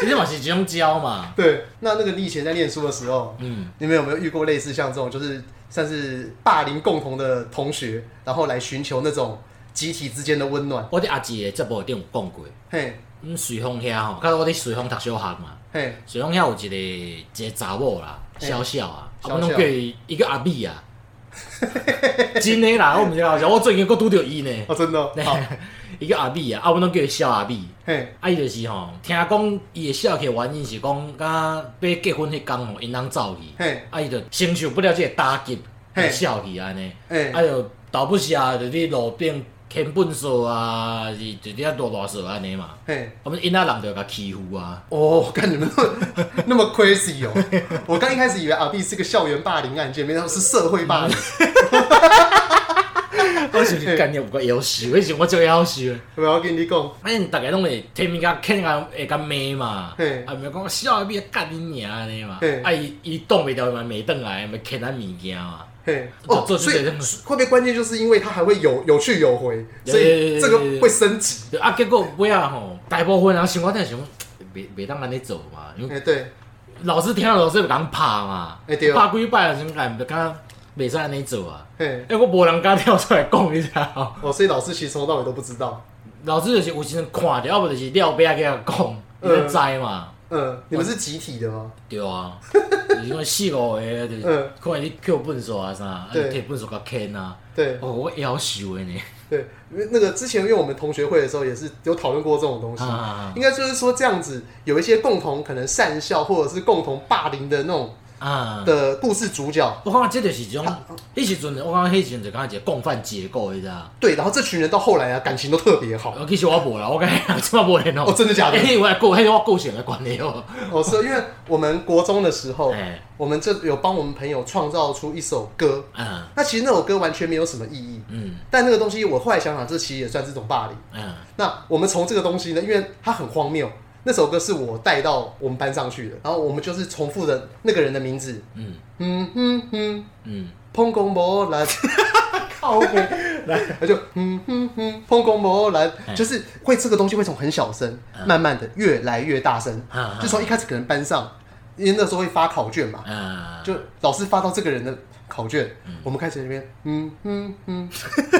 [SPEAKER 1] 你这嘛是一种招嘛。
[SPEAKER 2] 对，那那个你以前在念书的时候，
[SPEAKER 1] 嗯，
[SPEAKER 2] 你们有没有遇过类似像这种，就是算是霸凌共同的同学，然后来寻求那种集体之间的温暖？
[SPEAKER 1] 我伫阿姊的节目顶有讲过，
[SPEAKER 2] 嘿，
[SPEAKER 1] 嗯，随风遐吼，甲我伫随风读小学嘛，
[SPEAKER 2] 嘿，
[SPEAKER 1] 随风遐有一个一个查某啦，
[SPEAKER 2] 嘿
[SPEAKER 1] 小小啊，啊，
[SPEAKER 2] 欸小小
[SPEAKER 1] 阮拢叫伊伊叫阿米啊，真诶啦，我毋是搞笑，我最近阁拄着伊呢，
[SPEAKER 2] 哦，真的哦，好，
[SPEAKER 1] [LAUGHS] 伊叫阿米啊，啊，阮拢叫伊小阿米。
[SPEAKER 2] 嘿，
[SPEAKER 1] 啊，伊就是吼，听讲伊的笑起的原因是讲，敢要结婚迄天吼，因翁走去，
[SPEAKER 2] 嘿，
[SPEAKER 1] 啊，伊就承受不了即个打击，
[SPEAKER 2] 嘿
[SPEAKER 1] 就笑去安尼，
[SPEAKER 2] 嘿
[SPEAKER 1] 啊啊，就倒不下就伫路边天本数啊，是就只多大数安尼嘛。
[SPEAKER 2] 嘿，
[SPEAKER 1] 我们因那人就甲欺负啊，
[SPEAKER 2] 哦，看你们那么那么 crazy 哦！我刚一开始以为阿 B 是个校园霸凌案件，没想到是社会霸凌。
[SPEAKER 1] 我想是干你有够夭寿，迄时我最夭寿的。
[SPEAKER 2] 我要跟你讲，
[SPEAKER 1] 反正大家拢会哎天面甲肯甲会甲骂嘛，
[SPEAKER 2] 嘿
[SPEAKER 1] 啊，毋是讲笑咪干你娘安尼嘛
[SPEAKER 2] 嘿，
[SPEAKER 1] 啊伊伊挡袂牢嘛，袂转来嘛，啃咱物件嘛。
[SPEAKER 2] 嘿，
[SPEAKER 1] 就
[SPEAKER 2] 哦，
[SPEAKER 1] 做
[SPEAKER 2] 所
[SPEAKER 1] 出
[SPEAKER 2] 以
[SPEAKER 1] 这种事
[SPEAKER 2] 会不会关键就是因为他还会有有去有回，
[SPEAKER 1] 对
[SPEAKER 2] 所以
[SPEAKER 1] 对对
[SPEAKER 2] 这个会升级。
[SPEAKER 1] 就啊，结果尾啊吼，大部分人想我定想，哎袂袂当安尼做嘛，因为
[SPEAKER 2] 哎，对，
[SPEAKER 1] 老师听到老师就共拍嘛，
[SPEAKER 2] 哎对
[SPEAKER 1] 拍几摆就讲，就讲袂使安尼做啊。
[SPEAKER 2] 嘿，
[SPEAKER 1] 哎，我无人敢跳出来讲，你知道吗？
[SPEAKER 2] 哦，所以老师其实从头到尾都不知道。
[SPEAKER 1] 老师就是有时阵看着，要无就是了后壁甲人讲，伊就知嘛。
[SPEAKER 2] 嗯，你们是集体的吗？
[SPEAKER 1] 对啊，就是讲四五个，就是
[SPEAKER 2] 嗯
[SPEAKER 1] 看能你扣粪扫啊啥，啊
[SPEAKER 2] 对
[SPEAKER 1] 摕粪扫甲牵啊，
[SPEAKER 2] 对
[SPEAKER 1] 哦，我夭寿的呢。
[SPEAKER 2] 对，因为那个之前因为我们同学会的时候也是有讨论过这种东西。
[SPEAKER 1] 啊
[SPEAKER 2] 应该就是说，这样子有一些共同可能善笑或者是共同霸凌的那种
[SPEAKER 1] 啊！
[SPEAKER 2] 的故事主角，
[SPEAKER 1] 我感觉这就是一种，迄时阵我感觉迄时阵就感觉一个共犯结构，你知道吗？
[SPEAKER 2] 对，然后这群人到后来啊，感情都特别好。
[SPEAKER 1] 啊，其实我无啦，我感觉即马无联络。
[SPEAKER 2] 哦真
[SPEAKER 1] [LAUGHS]
[SPEAKER 2] 的假的
[SPEAKER 1] 迄我个迄我个性的关系哦。
[SPEAKER 2] 哦，是因为我们国中的时候，
[SPEAKER 1] 哎，
[SPEAKER 2] 我们就有帮我们朋友创造出一首歌，
[SPEAKER 1] 嗯
[SPEAKER 2] 那其实那首歌完全没有什么意义，
[SPEAKER 1] 嗯
[SPEAKER 2] 但那个东西我后来想想，这其实也算是一种霸凌。
[SPEAKER 1] 嗯，
[SPEAKER 2] 那我们从这个东西呢，因为它很荒谬。那首歌是我带到我们班上去的，然后我们就是重复的那个人的名字，
[SPEAKER 1] 嗯
[SPEAKER 2] 嗯嗯嗯，
[SPEAKER 1] 嗯，
[SPEAKER 2] 碰公摩兰，
[SPEAKER 3] 靠
[SPEAKER 1] [LAUGHS]
[SPEAKER 3] 北，
[SPEAKER 2] 他就嗯嗯嗯，碰公摩兰，
[SPEAKER 1] 哎嗯
[SPEAKER 2] 就是会这个东西会从很小声，慢慢的越来越大声
[SPEAKER 1] 啊，啊
[SPEAKER 2] 就从一开始可能班上，因为那时候会发考卷嘛，
[SPEAKER 1] 啊，
[SPEAKER 2] 就老师发到这个人的考卷，我们开始在那边嗯嗯嗯，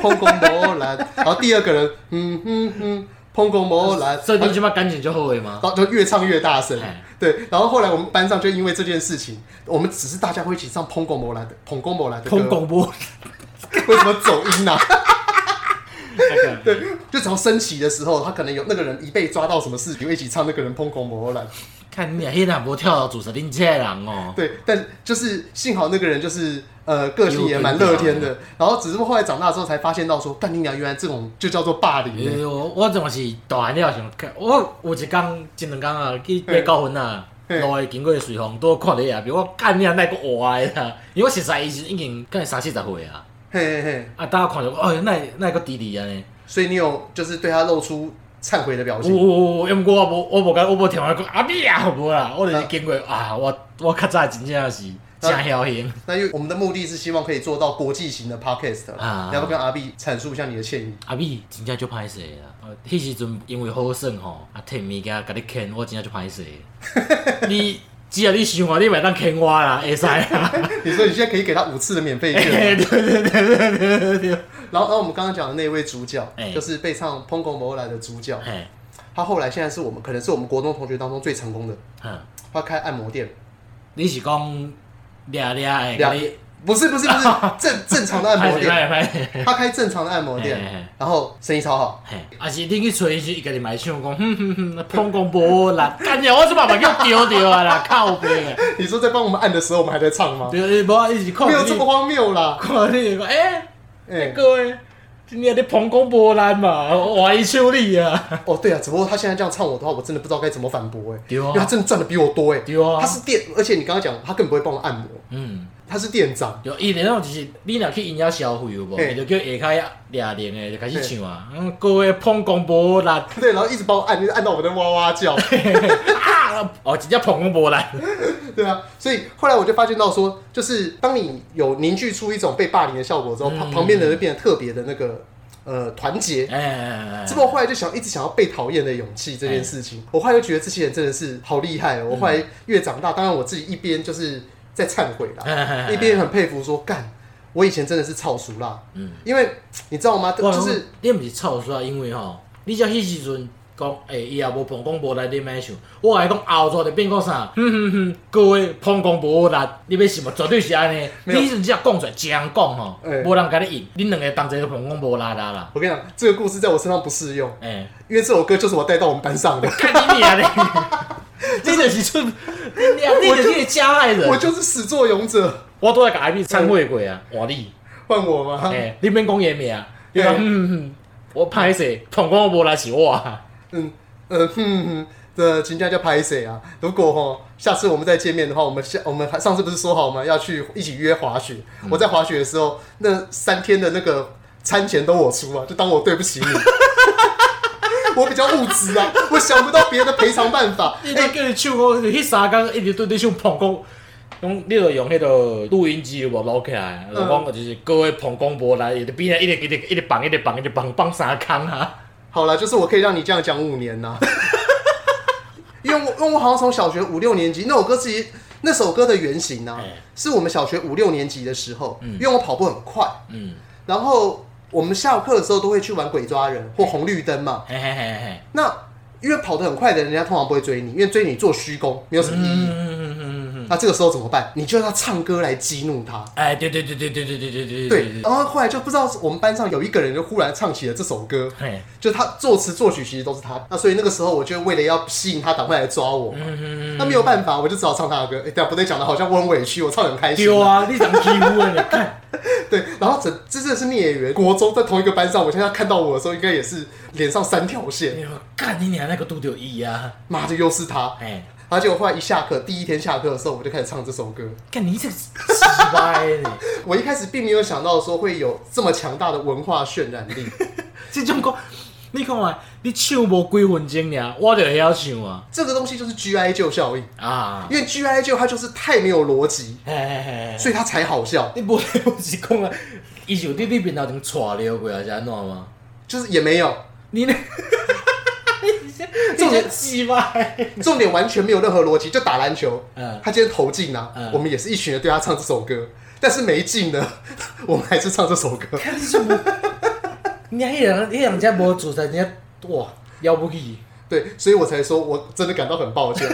[SPEAKER 2] 碰公摩兰，然后第二个人 [LAUGHS] 嗯嗯嗯，碰公摩兰，
[SPEAKER 1] 所以
[SPEAKER 2] 然
[SPEAKER 1] 你即马感情就好诶吗？
[SPEAKER 2] 后就越唱越大声
[SPEAKER 1] 哎，
[SPEAKER 2] 对，然后后来我们班上就因为这件事情，我们只是大家会一起唱《碰公摩兰》的《捧公摩兰》的
[SPEAKER 1] [LAUGHS]
[SPEAKER 2] 歌，
[SPEAKER 1] 通广播，
[SPEAKER 2] 为什么走音呢、啊？对，就从升旗的时候，他可能有那个人一被抓到什么事情，会一起唱那个人《碰公摩兰》。
[SPEAKER 1] [LAUGHS] 看你啊，迄若无跳楼自杀，恁这个人哦，
[SPEAKER 2] 对，但就是幸好那个人就是呃个性也蛮乐
[SPEAKER 1] 嗯
[SPEAKER 2] 天的，然后只是后来长大之后才发现到说，干你娘，原来这种就叫做霸凌耶、
[SPEAKER 1] 哎呦，我总是大汉了想看，我有一工一两工啊去买高分啊，
[SPEAKER 2] 嘿
[SPEAKER 1] 路会经过随风，拄好看你啊，比如我干你啊，奈个活诶啦，因为我实在伊是已经干三四十岁啊，
[SPEAKER 2] 嘿嘿嘿，
[SPEAKER 1] 啊，大家看着我，哎，奈奈个弟弟啊安尼。
[SPEAKER 2] 所以你有就是对他露出忏悔的表
[SPEAKER 1] 有有
[SPEAKER 2] 情。
[SPEAKER 1] 有，因为我无我无甲我无听我讲阿咪啊，无啦，我就是经过啊，我我较早真正是真侥幸，
[SPEAKER 2] 那因为我们的目的是希望可以做到国际型的 podcast，、
[SPEAKER 1] 啊
[SPEAKER 2] 你要不要跟阿 B 阐述一下你的歉意？ [LAUGHS]
[SPEAKER 1] 阿咪真正足歹势的啦。呃迄时阵因为好耍吼，啊摕物件甲你牵，我真正足歹势的。你只要你想啊，你咪当牵我啦，会使啦。
[SPEAKER 2] 你说你现在可以给他五次的免费券，
[SPEAKER 1] [LAUGHS] 对对对对对对对。
[SPEAKER 2] 然后，然后我们刚刚讲的那位主角，
[SPEAKER 1] 哎
[SPEAKER 2] 就是被唱《碰公摩来》的主角，
[SPEAKER 1] 嘿，
[SPEAKER 2] 他后来现在是我们可能是我们国中同学当中最成功的，
[SPEAKER 1] 哼，
[SPEAKER 2] 他开按摩店，
[SPEAKER 1] 你是讲掠掠诶，甲
[SPEAKER 2] 两
[SPEAKER 1] 你
[SPEAKER 2] 不是不
[SPEAKER 1] [LAUGHS]
[SPEAKER 2] 是不是正正常的按摩店，
[SPEAKER 1] 歹势。
[SPEAKER 2] 他开正常的按摩
[SPEAKER 1] 哎哎
[SPEAKER 2] 店
[SPEAKER 1] 哎，
[SPEAKER 2] 然后生意超好， [LAUGHS]
[SPEAKER 1] 嘿，啊是你去找伊是伊家己买唱讲，哼哼哼，碰讲无啦，干呀，我即嘛嘛叫丢丢啊啦，靠背啊，
[SPEAKER 2] 你说在帮我们按的时候，我们还在唱吗？
[SPEAKER 1] 对，无啊伊是看
[SPEAKER 2] 没
[SPEAKER 1] 你
[SPEAKER 2] 有这么荒谬啦，
[SPEAKER 1] 看你讲，哎，
[SPEAKER 2] 哎，
[SPEAKER 1] 各位，今天你碰讲无啦嘛，我一手你啊，
[SPEAKER 2] 哦对啊，只不过他现在这样唱我的话，我真的不知道该怎么反驳哎，
[SPEAKER 1] 对啊
[SPEAKER 2] 因为他真的赚的比我多哎，
[SPEAKER 1] 对啊
[SPEAKER 2] 他是店，而且你刚刚讲他根本不会帮我按摩，
[SPEAKER 1] 嗯，
[SPEAKER 2] 他是店长，
[SPEAKER 1] 对，伊那种就是你若去因遐消费有无，
[SPEAKER 2] 嘿
[SPEAKER 1] 伊就叫下骹掠零诶，就开始唱啊，嗯，各位碰讲无啦，
[SPEAKER 2] 对，然后一直帮我按，一直按到我在哇哇叫，
[SPEAKER 1] 啊，哦，真正碰讲无啦，
[SPEAKER 2] [LAUGHS] 对啊，所以后来我就发现到说，就是当你有凝聚出一种被霸凌的效果之后，
[SPEAKER 1] 嗯
[SPEAKER 2] 旁、旁边的人就变得特别的那个呃团结。
[SPEAKER 1] 哎，
[SPEAKER 2] 这不，我后来就想一直想要被讨厌的勇气这件事情，我后来就觉得这些人真的是好厉害哦。
[SPEAKER 1] 嗯
[SPEAKER 2] 我后来越长大，当然我自己一边就是在忏悔
[SPEAKER 1] [LAUGHS]
[SPEAKER 2] 啦，
[SPEAKER 1] 嗯
[SPEAKER 2] 一边也很佩服说干，我以前真的是超熟啦。
[SPEAKER 1] 嗯
[SPEAKER 2] 因为你知道吗？
[SPEAKER 1] 啊我
[SPEAKER 2] 就是
[SPEAKER 1] 你毋是臭煞，因为吼，你才迄时阵讲，诶、伊也无碰讲无力，你莫想。我甲你讲后座就变讲啥，哼哼哼，各位碰讲无力，你要想嘛，绝对是安尼。你
[SPEAKER 2] 没有
[SPEAKER 1] 迄阵只讲出来，这样讲吼
[SPEAKER 2] 哎，
[SPEAKER 1] 无、人甲你应，恁两个同齐就碰讲无力啦啦。
[SPEAKER 2] 我跟你讲，这个故事在我身上不适用，
[SPEAKER 1] 诶、
[SPEAKER 2] 因为这首歌就是我带到我们班上
[SPEAKER 1] [LAUGHS]
[SPEAKER 2] 的，
[SPEAKER 1] 看
[SPEAKER 2] [LAUGHS]
[SPEAKER 1] 你娘咧，你就是出，你你就是那个加害人。
[SPEAKER 2] 我就是始作俑者，
[SPEAKER 1] 我都在甲 I P 忏悔过啊，换你，
[SPEAKER 2] 换我吗？
[SPEAKER 1] 诶、你免讲伊名，你讲
[SPEAKER 2] 哎
[SPEAKER 1] 嗯嗯嗯，我歹势，膀胱无力是我啊。
[SPEAKER 2] 嗯呃哼哼，这请假叫拍谁啊？如果吼下次我们再见面的话，我们下我们还上次不是说好吗？要去一起约滑雪。我在滑雪的时候，那三天的那个餐钱都我出啊，就当我对不起你。 [LAUGHS] 我比较物质啊，我想不到别的赔偿办法。
[SPEAKER 1] 你叫你唱歌，迄三工一直对你唱膀胱，用你就用迄个录音机有无录起来，就讲就是各位膀胱无力，伊就边啊一直一直一直放一直放一直放放三空啊。
[SPEAKER 2] 好了，就是我可以让你这样讲五年呐、因为我因为我好像从小学五六年级那首歌自己那首歌的原型呢、
[SPEAKER 1] 哎
[SPEAKER 2] 是我们小学五六年级的时候，因为我跑步很快，
[SPEAKER 1] 嗯，
[SPEAKER 2] 然后我们下课的时候都会去玩鬼抓人或红绿灯嘛。
[SPEAKER 1] 嘿嘿嘿嘿。
[SPEAKER 2] 那因为跑得很快的人，人家通常不会追你，因为追你做虚功没有什么意义。
[SPEAKER 1] 嗯嗯嗯嗯。
[SPEAKER 2] 那这个时候怎么办？你就要唱歌来激怒他。
[SPEAKER 1] 哎，对对对对对对对对对
[SPEAKER 2] 对，然后后来就不知道我们班上有一个人就忽然唱起了这首歌，
[SPEAKER 1] 嘿，
[SPEAKER 2] 就他作词作曲其实都是他。那所以那个时候我就为了要吸引他赶快来抓我
[SPEAKER 1] 嗯
[SPEAKER 2] 嘛，那没有办法，我就只好唱他的歌。哎，对啊，不对，讲的好像我很委屈，我唱得很开心。
[SPEAKER 1] 对啊，你怎欺负的？看，
[SPEAKER 2] 对，然后这这真的是孽缘。国中在同一个班上，我现在看到我的时候，应该也是脸上三条线。
[SPEAKER 1] 干你娘那个拄着伊啊！
[SPEAKER 2] 妈的，又是他。
[SPEAKER 1] 哎，
[SPEAKER 2] 而且我后来一下课，第一天下课的时候，我就开始唱这首歌。
[SPEAKER 1] 干你这个鸡掰嘞！
[SPEAKER 2] 我一开始并没有想到说会有这么强大的文化渲染力，
[SPEAKER 1] 即种歌，你看嘛，你唱无几分钟尔，我就会晓唱啊！
[SPEAKER 2] 这个东西就是 G I 旧效应，
[SPEAKER 1] 啊，
[SPEAKER 2] 因为 G I 旧它就是太没有逻辑，
[SPEAKER 1] 嘿嘿嘿嘿，
[SPEAKER 2] 所以它才好笑，
[SPEAKER 1] 你无无是讲啊，伊就伫你面头前拽了过啊还是安怎吗？
[SPEAKER 2] 就是也没有
[SPEAKER 1] 你呢？这种鸡巴，
[SPEAKER 2] 重点，完全没有任何逻辑，就打篮球
[SPEAKER 1] 嗯，
[SPEAKER 2] 他今天投进了、
[SPEAKER 1] 嗯
[SPEAKER 2] 我们也是一群人对他唱这首歌，但是没进呢， [LAUGHS] 我们还是唱这首歌。
[SPEAKER 1] 看你什么？ [LAUGHS] 你迄人迄人家无做才，人家哇了不起！
[SPEAKER 2] 对，所以我才说我真的感到很
[SPEAKER 1] [LAUGHS]
[SPEAKER 2] 抱歉。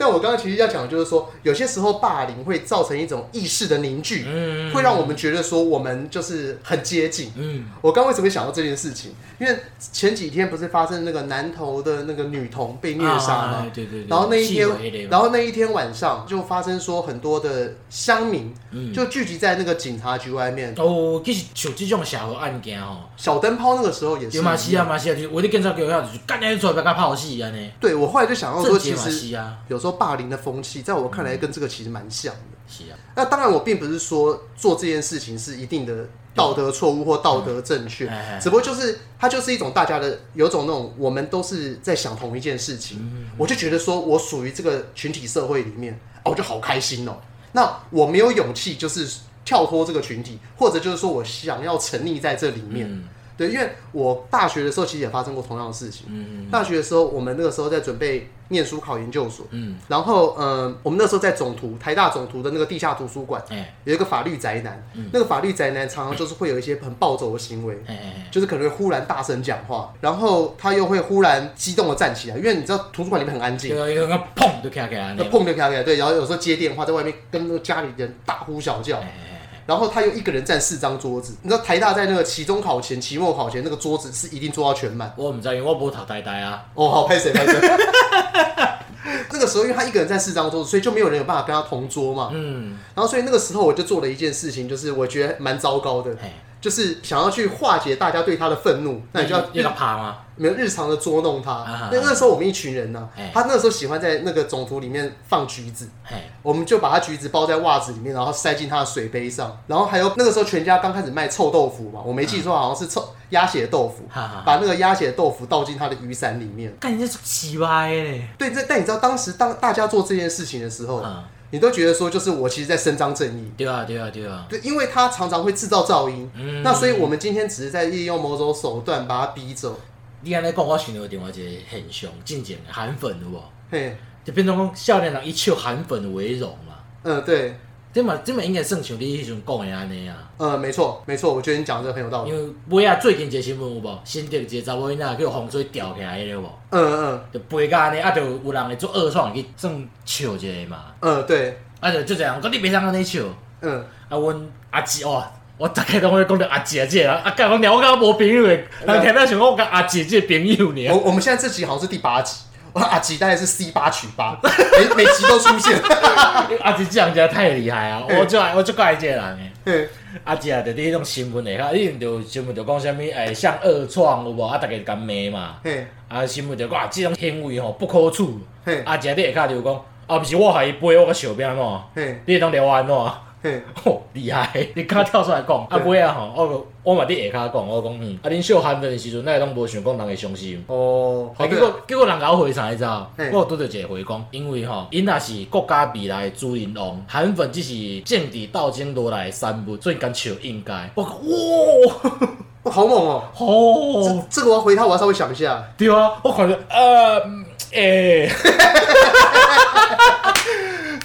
[SPEAKER 2] 但我刚刚其实要讲的就是说，有些时候霸凌会造成一种意识的凝聚，
[SPEAKER 1] 嗯
[SPEAKER 2] 会让我们觉得说我们就是很接近。
[SPEAKER 1] 嗯，
[SPEAKER 2] 我刚为什么会想到这件事情？因为前几天不是发生那个南投的那个女童被虐杀吗？
[SPEAKER 1] 啊对对对
[SPEAKER 2] 然后那一
[SPEAKER 1] 细微的
[SPEAKER 2] 天，
[SPEAKER 1] 嘛
[SPEAKER 2] 然后那一天晚上就发生说很多的乡民
[SPEAKER 1] 嗯
[SPEAKER 2] 就聚集在那个警察局外面，
[SPEAKER 1] 哦，其实像即种社会案件吼，
[SPEAKER 2] 小灯泡那个时候也是
[SPEAKER 1] 有嘛是啊嘛是啊，就是我咧警察局遐就是干你出来甲泡死啊安尼，
[SPEAKER 2] 对我后来就想到说，
[SPEAKER 1] 正经
[SPEAKER 2] 其
[SPEAKER 1] 嘛
[SPEAKER 2] 实
[SPEAKER 1] 是啊，
[SPEAKER 2] 有时候霸凌的风气，在我看来跟这个其实蛮像的。
[SPEAKER 1] 是啊，
[SPEAKER 2] 那当然，我并不是说做这件事情是一定的道德错误或道德正确
[SPEAKER 1] 嗯哎哎，
[SPEAKER 2] 只不过就是它就是一种大家的有种那种我们都是在想同一件事
[SPEAKER 1] 嗯
[SPEAKER 2] 情，我就觉得说我属于这个群体社会里面，哦，我就好开心哦。那我没有勇气就是跳脱这个群体，或者就是说我想要沉溺在这里面。
[SPEAKER 1] 嗯
[SPEAKER 2] 对，因为我大学的时候其实也发生过同样的事情。
[SPEAKER 1] 嗯
[SPEAKER 2] 大学的时候，我们那个时候在准备念书考研究所，
[SPEAKER 1] 嗯，
[SPEAKER 2] 然后嗯，我们那时候在总图台大总图的那个地下图书馆，
[SPEAKER 1] 哎
[SPEAKER 2] 有一个法律宅男，那个法律宅男常常就是会有一些很暴走的行为
[SPEAKER 1] 哎。哎，
[SPEAKER 2] 就是可能会忽然大声讲话，然后他又会忽然激动的站起来，因为你知道图书馆里面很安
[SPEAKER 1] 就
[SPEAKER 2] 静，
[SPEAKER 1] 个个砰就起来安
[SPEAKER 2] 那
[SPEAKER 1] 尼，
[SPEAKER 2] 碰就开开，对，然后有时候接电话，在外面跟那个家里人大呼小叫，然后他又一个人占四张桌子，你知道台大在那个期中考前、期末考前那个桌子是一定坐到全满，
[SPEAKER 1] 我毋知，因为我无读呆呆啊，
[SPEAKER 2] 哦，好，拍谁拍谁。 [LAUGHS] 那个时候，因为他一个人在四张桌子，所以就没有人有办法跟他同桌嘛。
[SPEAKER 1] 嗯，
[SPEAKER 2] 然后，所以那个时候我就做了一件事情，就是我觉得蛮糟糕的，
[SPEAKER 1] 嘿，
[SPEAKER 2] 就是想要去化解大家对他的愤怒，那你就要
[SPEAKER 1] 一个趴嘛，
[SPEAKER 2] 没有日常的捉弄
[SPEAKER 1] 啊
[SPEAKER 2] 他。那那时候我们一群人呢、
[SPEAKER 1] 哎
[SPEAKER 2] 他那个时候喜欢在那个总图里面放橘子，
[SPEAKER 1] 嘿，
[SPEAKER 2] 我们就把他橘子包在袜子里面，然后塞进他的水杯上。然后还有那个时候全家刚开始卖臭豆腐嘛，我没记错，
[SPEAKER 1] 啊
[SPEAKER 2] 好像是臭鸭血豆腐，
[SPEAKER 1] 哈哈，
[SPEAKER 2] 把那个鸭血豆腐倒进他的雨伞里面。
[SPEAKER 1] 干你这是鸡巴的嘞，
[SPEAKER 2] 对，这但你知道当时当大家做这件事情的时候，
[SPEAKER 1] 嗯，
[SPEAKER 2] 你都觉得说，就是我其实在伸张正义。
[SPEAKER 1] 对啊对啊对啊，
[SPEAKER 2] 对，因为他常常会制造噪音，
[SPEAKER 1] 嗯
[SPEAKER 2] 那所以我们今天只是在利用某种手段把他逼走。
[SPEAKER 1] 你安尼讲，我想到另外一个现象，进前的韩粉有无？
[SPEAKER 2] 嘿，
[SPEAKER 1] 就变成讲少年人以笑韩粉为荣嘛，
[SPEAKER 2] 嗯，对，
[SPEAKER 1] 这嘛这嘛应该算像你迄阵讲的安尼啊。
[SPEAKER 2] 呃，没错，没错，我觉得你讲的很有道理。
[SPEAKER 1] 因为尾啊最近一个新闻有无？新竹一个查某囡仔叫洪水吊起来迄个无？
[SPEAKER 2] 嗯嗯
[SPEAKER 1] 就飞到安尼，啊，就有人会做恶创去算笑一下嘛。
[SPEAKER 2] 嗯，对，
[SPEAKER 1] 啊，就就这样，讲你袂当安尼笑。
[SPEAKER 2] 嗯，
[SPEAKER 1] 啊，阮阿姊哦，我逐个拢会讲着阿姊啊，这个人啊，干我鸟，我讲无朋友诶，人听到想讲我甲阿姊这个朋友
[SPEAKER 2] 我
[SPEAKER 1] 呢。
[SPEAKER 2] 我们现在这集好像是第八集，哇，阿吉大概是 C 八取八，每每集都出现。 [LAUGHS]
[SPEAKER 1] 阿姊这人真的太厉害啊！
[SPEAKER 2] 嗯
[SPEAKER 1] 我就爱我就爱这个人诶。
[SPEAKER 2] 嘿
[SPEAKER 1] 啊，即个就伫迄种新闻下，一定就新闻就讲啥物，诶，像恶创有无？啊，逐个甲骂嘛。
[SPEAKER 2] 嘿，
[SPEAKER 1] 啊，新闻就讲啊，即种行为吼不可取
[SPEAKER 2] 嘿。
[SPEAKER 1] 啊，即个你下骹就讲，啊，毋是我害伊飞，我甲小变安怎？
[SPEAKER 2] 嘿，
[SPEAKER 1] 你会当聊我安怎？
[SPEAKER 2] 嘿，
[SPEAKER 1] 吼、厉害！你敢跳出来讲，啊
[SPEAKER 2] 对
[SPEAKER 1] 尾啊吼，我我嘛伫下骹讲，我讲嗯，啊恁小寒阵的时阵，咱拢无想讲人会伤心。
[SPEAKER 2] 哦，
[SPEAKER 1] 啊，
[SPEAKER 2] 好
[SPEAKER 1] 结
[SPEAKER 2] 的，
[SPEAKER 1] 果结果人甲我回啥你知道？
[SPEAKER 2] 嘿
[SPEAKER 1] 我有拄着一个回讲，因为吼，因也是国家未来的主人翁，韩粉只是政治斗争落来的产物，所以敢笑应该。我讲 [LAUGHS] 哇，
[SPEAKER 2] 哇，好猛哦！
[SPEAKER 1] 吼
[SPEAKER 2] 这，这个我要回他，我要稍微想一下。
[SPEAKER 1] 对啊，我看着呃，嗯 [LAUGHS] 诶、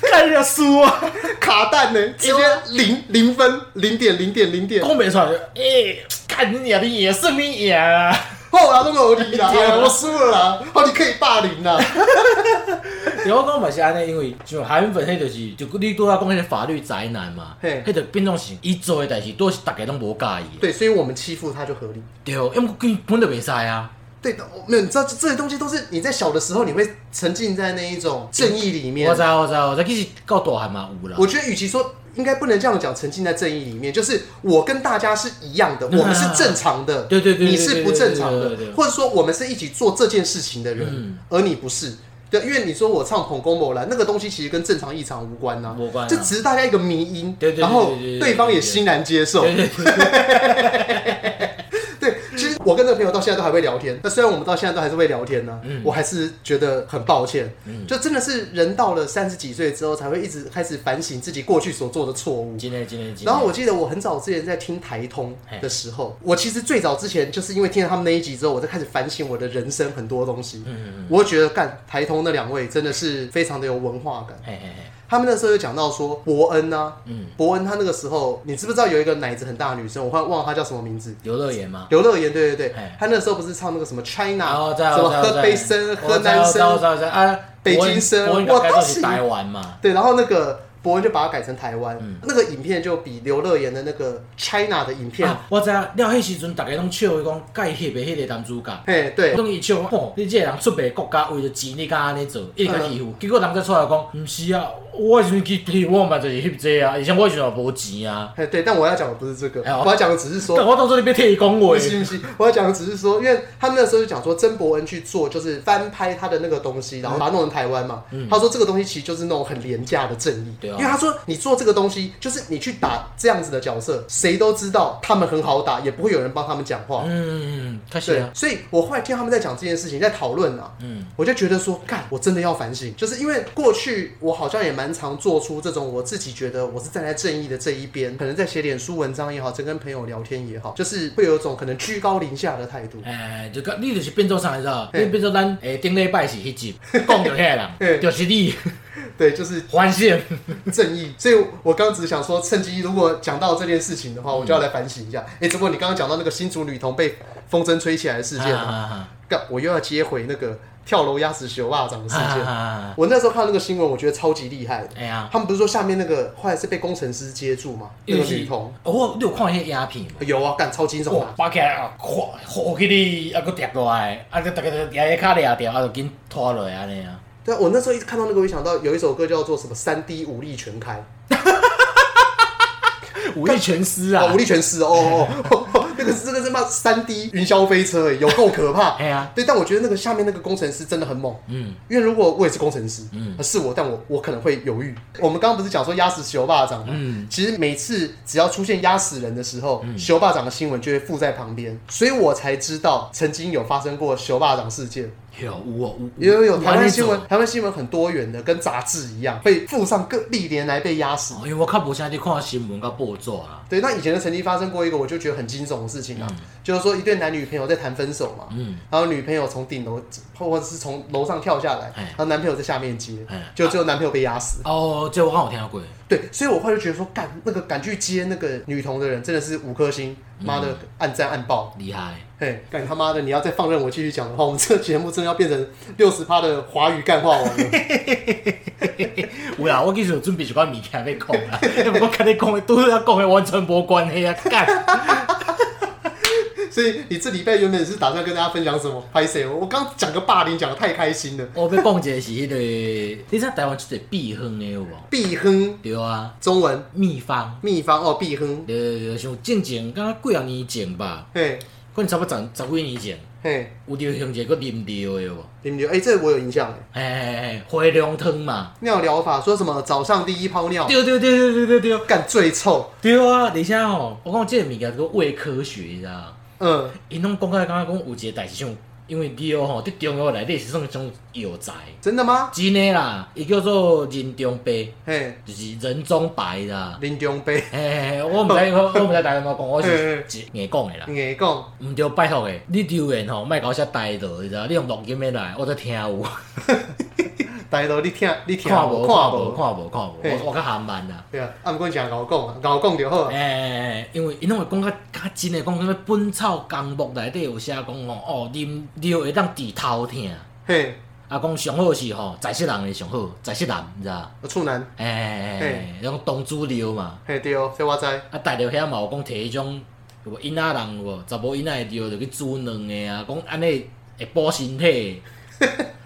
[SPEAKER 1] 干你输啊，
[SPEAKER 2] 卡蛋呢，直接零零分，零点零点零点
[SPEAKER 1] 讲，袂出来，诶、干你娘的也是你赢 [LAUGHS] 啊！
[SPEAKER 2] 后啦都没有理啦，
[SPEAKER 1] 对啊
[SPEAKER 2] 我输了啦，哦，你可以霸凌啦，
[SPEAKER 1] 对我讲嘛是安尼，因为像韩粉迄就是就你拄仔讲迄个法律宅男嘛，
[SPEAKER 2] 嘿
[SPEAKER 1] 迄就变做是伊做诶代志，都是逐个拢无介意的。
[SPEAKER 2] 对，所以我们欺负他就合理。
[SPEAKER 1] 对，因为根本就袂使啊。
[SPEAKER 2] 对的，我没有，你知道这这些东西都是你在小的时候，你会沉浸在那一种正义里面
[SPEAKER 1] 我知。道我知道我知道，其实到大汉嘛有啦。
[SPEAKER 2] 我觉得，与其说应该不能这样讲，沉浸在正义里面，就是我跟大家是一样的，
[SPEAKER 1] 嗯
[SPEAKER 2] 我们是正常的，
[SPEAKER 1] 对对对对
[SPEAKER 2] 你是不正常
[SPEAKER 1] 对对
[SPEAKER 2] 的
[SPEAKER 1] 对对，对
[SPEAKER 2] 或者说我们是一起做这件事情的人
[SPEAKER 1] 嗯，
[SPEAKER 2] 而你不是。对，因为你说我唱捧公某兰那个东西，其实跟正常异常无关呐、
[SPEAKER 1] 无关啊
[SPEAKER 2] 这只是大家一个迷因，
[SPEAKER 1] 对对对
[SPEAKER 2] 然后
[SPEAKER 1] 对对对对
[SPEAKER 2] 对方也欣然接受。
[SPEAKER 1] 对对对
[SPEAKER 2] 对，其实我跟这个朋友到现在都还会聊天。那虽然我们到现在都还是会聊天呢、
[SPEAKER 1] 嗯
[SPEAKER 2] 我还是觉得很抱歉。就真的是人到了三十几岁之后，才会一直开始反省自己过去所做的错误。
[SPEAKER 1] 真诶真诶真的。
[SPEAKER 2] 然后我记得我很早之前在听台通的时候，我其实最早之前就是因为听了他们那一集之后，我才开始反省我的人生很多东西。
[SPEAKER 1] 嗯
[SPEAKER 2] 我就觉得干台通那两位真的是非常的有文化感。
[SPEAKER 1] 嘿嘿嘿，
[SPEAKER 2] 他们那时候有讲到说伯恩啊，
[SPEAKER 1] 嗯
[SPEAKER 2] 伯恩他那个时候，你知不知道有一个奶子很大的女生，我忘忘了她叫什么名字？
[SPEAKER 1] 游乐园嘛。啊
[SPEAKER 2] 刘乐言，对对对
[SPEAKER 1] 嘿，哦
[SPEAKER 2] 他那时候不是 [LAUGHS] 唱那个什么 China，、
[SPEAKER 1] 然后再
[SPEAKER 2] 什么河北生、河南
[SPEAKER 1] 我知
[SPEAKER 2] 生，
[SPEAKER 1] 道我知道啊，
[SPEAKER 2] 北京生
[SPEAKER 1] 我应
[SPEAKER 2] 我
[SPEAKER 1] 该
[SPEAKER 2] 都
[SPEAKER 1] 是
[SPEAKER 2] 是
[SPEAKER 1] 台湾嘛。
[SPEAKER 2] 对，然后那个伯恩就把它改成台湾，
[SPEAKER 1] 嗯
[SPEAKER 2] 那个影片就比刘乐言的那个 China 的影片，
[SPEAKER 1] 啊，我知影了，迄时阵逐个拢笑伊讲介翕的迄个男主角。
[SPEAKER 2] 嘿，对，
[SPEAKER 1] 等伊笑讲，吼，你这个人出卖国家，为了钱你敢安尼做，一直甲欺负。
[SPEAKER 2] 嗯
[SPEAKER 1] 结果人再出来讲，毋是啊，我迄时阵去欺负我嘛就是翕这啊，而且我迄时阵也无钱啊。
[SPEAKER 2] 哎嘿，对，但我要讲的不是这个，
[SPEAKER 1] 哎好
[SPEAKER 2] 我要讲的只是说
[SPEAKER 1] 但。我当初你要替伊讲话
[SPEAKER 2] 不，行不行，我要讲的只是说，因为他们那时候就讲说，曾伯恩去做就是翻拍他的那个东西，然后
[SPEAKER 1] 嗯
[SPEAKER 2] 把它弄成台湾嘛。他说这个东西其实就是那种很廉价的正义，
[SPEAKER 1] 对啊
[SPEAKER 2] 因为他说你做这个东西，就是你去打这样子的角色，谁都知道他们很好打，也不会有人帮他们讲话。
[SPEAKER 1] 嗯，确实
[SPEAKER 2] 对
[SPEAKER 1] 啊，，
[SPEAKER 2] 所以我后来听他们在讲这件事情，在讨论啊，
[SPEAKER 1] 嗯
[SPEAKER 2] 我就觉得说，干，我真的要反省，就是因为过去我好像也蛮常做出这种我自己觉得我是站在正义的这一边，可能在写脸书文章也好，在跟朋友聊天也好，就是会有一种可能居高临下的态度。
[SPEAKER 1] 诶，哎就讲你就是变做啥，你知道？你
[SPEAKER 2] 嘿
[SPEAKER 1] 变做咱诶顶礼拜是迄集讲着迄个
[SPEAKER 2] 嘿
[SPEAKER 1] 人， [LAUGHS] 就是你
[SPEAKER 2] 对，就是
[SPEAKER 1] 反
[SPEAKER 2] [LAUGHS]
[SPEAKER 1] 省。
[SPEAKER 2] 正义。所以我刚刚只是想说，趁机如果讲到这件事情的
[SPEAKER 1] 嗯
[SPEAKER 2] 话，我就要来反省一下。诶，只不过你刚刚讲到那个新竹女童被风筝吹起来的事件
[SPEAKER 1] 啊
[SPEAKER 2] 啊，
[SPEAKER 1] 啊
[SPEAKER 2] 干、我又要接回那个跳楼压死熊袜掌的事
[SPEAKER 1] 啊啊
[SPEAKER 2] 件。
[SPEAKER 1] 啊！
[SPEAKER 2] 我那时候看到那个新闻，我觉得超级厉害的。
[SPEAKER 1] 哎呀，
[SPEAKER 2] 他们不是说下面那个后来是被工程师接住吗？那个女童
[SPEAKER 1] 哦，我你有看迄个鸦片吗？
[SPEAKER 2] 有啊，干超惊悚
[SPEAKER 1] 哇
[SPEAKER 2] 的，，
[SPEAKER 1] 拔起来啊，哗，呼起你，啊，佫跌落来，啊，佫逐个就抓个脚掠掉，啊，就紧拖落来安尼啊。
[SPEAKER 2] 对啊，我那时候一直看到那个，我就想到有一首歌叫做什么“三 D 武力全开
[SPEAKER 1] 武力全失”，啊
[SPEAKER 2] 哦，武！力全失哦哦哦哦，那个是那个是嘛三 D 云霄飞车，哎有够可怕。
[SPEAKER 1] [LAUGHS] 哎呀，
[SPEAKER 2] 对，但我觉得那个下面那个工程师真的很猛，
[SPEAKER 1] 嗯，
[SPEAKER 2] 因为如果我也是工程师，嗯，是我，但我我可能会犹豫。我们刚刚不是讲说压死熊霸掌吗？
[SPEAKER 1] 嗯，
[SPEAKER 2] 其实每次只要出现压死人的时候，熊霸掌的新闻就会附在旁边，所以我才知道曾经有发生过熊霸掌事件。
[SPEAKER 1] 有有哦有
[SPEAKER 2] 啊有有有，台
[SPEAKER 1] 安
[SPEAKER 2] 湾
[SPEAKER 1] 尼
[SPEAKER 2] 新
[SPEAKER 1] 做
[SPEAKER 2] 闻，台湾新闻很多元的，跟杂志一样，会附上各历年来被压死
[SPEAKER 1] 哦，。因为我较无啥去看新闻甲报纸啊。
[SPEAKER 2] 对，那以前的曾经发生过一个我就觉得很惊悚的事情啊，就是说一对男女朋友在谈分手嘛，
[SPEAKER 1] 嗯
[SPEAKER 2] 然后女朋友从顶楼或者是从楼上跳下来，
[SPEAKER 1] 哎
[SPEAKER 2] 然后男朋友在下面接
[SPEAKER 1] 哎，
[SPEAKER 2] 就最后男朋友被压死。
[SPEAKER 1] 哦，这我刚有听过。
[SPEAKER 2] 对，所以我后来就觉得说，干那个敢去接那个女童的人真的是五颗星，妈的
[SPEAKER 1] 嗯
[SPEAKER 2] 暗赞暗爆。
[SPEAKER 1] 厉害，
[SPEAKER 2] 嘿，干他妈的！你要再放任我继续讲的话，我们这个节目真的要变成 [LAUGHS] 六十趴的华语干话王了。
[SPEAKER 1] [LAUGHS] 有啦，我其实有准备一寡物件 [LAUGHS] 要讲 [LAUGHS] 啦，因为我跟你讲的，拄要讲的完全无关系啊，干，
[SPEAKER 2] 所以你这礼拜原本是打算跟大家分享什么？拍谁？我刚讲个霸凌，讲的太开心了。
[SPEAKER 1] 我要讲一个是迄、个，你知道台湾出一个避风的有无？
[SPEAKER 2] 避亨，
[SPEAKER 1] 对啊，
[SPEAKER 2] 中文
[SPEAKER 1] 秘方。
[SPEAKER 2] 秘方哦，避亨，
[SPEAKER 1] 对对对，像进前敢若几啊年前吧，
[SPEAKER 2] 嘿，
[SPEAKER 1] 可能差不多十十几年前，
[SPEAKER 2] 嘿，
[SPEAKER 1] 有着用一个啉着的有无？
[SPEAKER 2] 对不对？哎、这我有印象哎。
[SPEAKER 1] 嘿嘿嘿，花龙汤嘛。
[SPEAKER 2] 尿疗法说什么早上第一泡尿，
[SPEAKER 1] 对对对对对对对
[SPEAKER 2] 干最臭，
[SPEAKER 1] 对啊！而且吼，我讲这个物件叫伪科学，你知道吗？
[SPEAKER 2] 嗯，
[SPEAKER 1] 因拢讲到感觉讲有一个代志像，因为尿吼，伫中药内底是算一种药材，
[SPEAKER 2] 真的吗？
[SPEAKER 1] 真的啦，伊叫做人中白，
[SPEAKER 2] 嘿，
[SPEAKER 1] 就是人中白啦。
[SPEAKER 2] 林中杯，
[SPEAKER 1] 嘿嘿嘿，我毋知我我毋知大家有冇讲，我是硬讲的啦。
[SPEAKER 2] 硬讲，
[SPEAKER 1] 毋着拜托的，你留言吼，莫搞我写呆到，你知道？你用录音的来，我才听有。
[SPEAKER 2] 大佬你听，你听
[SPEAKER 1] 看无看无
[SPEAKER 2] 看，
[SPEAKER 1] 看无看无，
[SPEAKER 2] 嘿
[SPEAKER 1] 我我较含慢啦。
[SPEAKER 2] 对啊，啊，毋过你诚咬讲啊，咬讲就好啊，
[SPEAKER 1] 诶，因为因拢会讲较较真诶，讲什物《本草纲目》内底有写讲吼，哦，啉尿会当治头痛，
[SPEAKER 2] 嘿，
[SPEAKER 1] 啊，讲上好是吼，在世人诶上好，在世人，你知道？
[SPEAKER 2] 我处男，
[SPEAKER 1] 诶，迄种东主尿嘛，
[SPEAKER 2] 嘿对哦，这我知， [LAUGHS]
[SPEAKER 1] 啊，大陆遐嘛有讲摕迄种有无囡仔人有无，查某囡仔诶尿就去煮卵诶啊，讲安尼会补身体， [LAUGHS]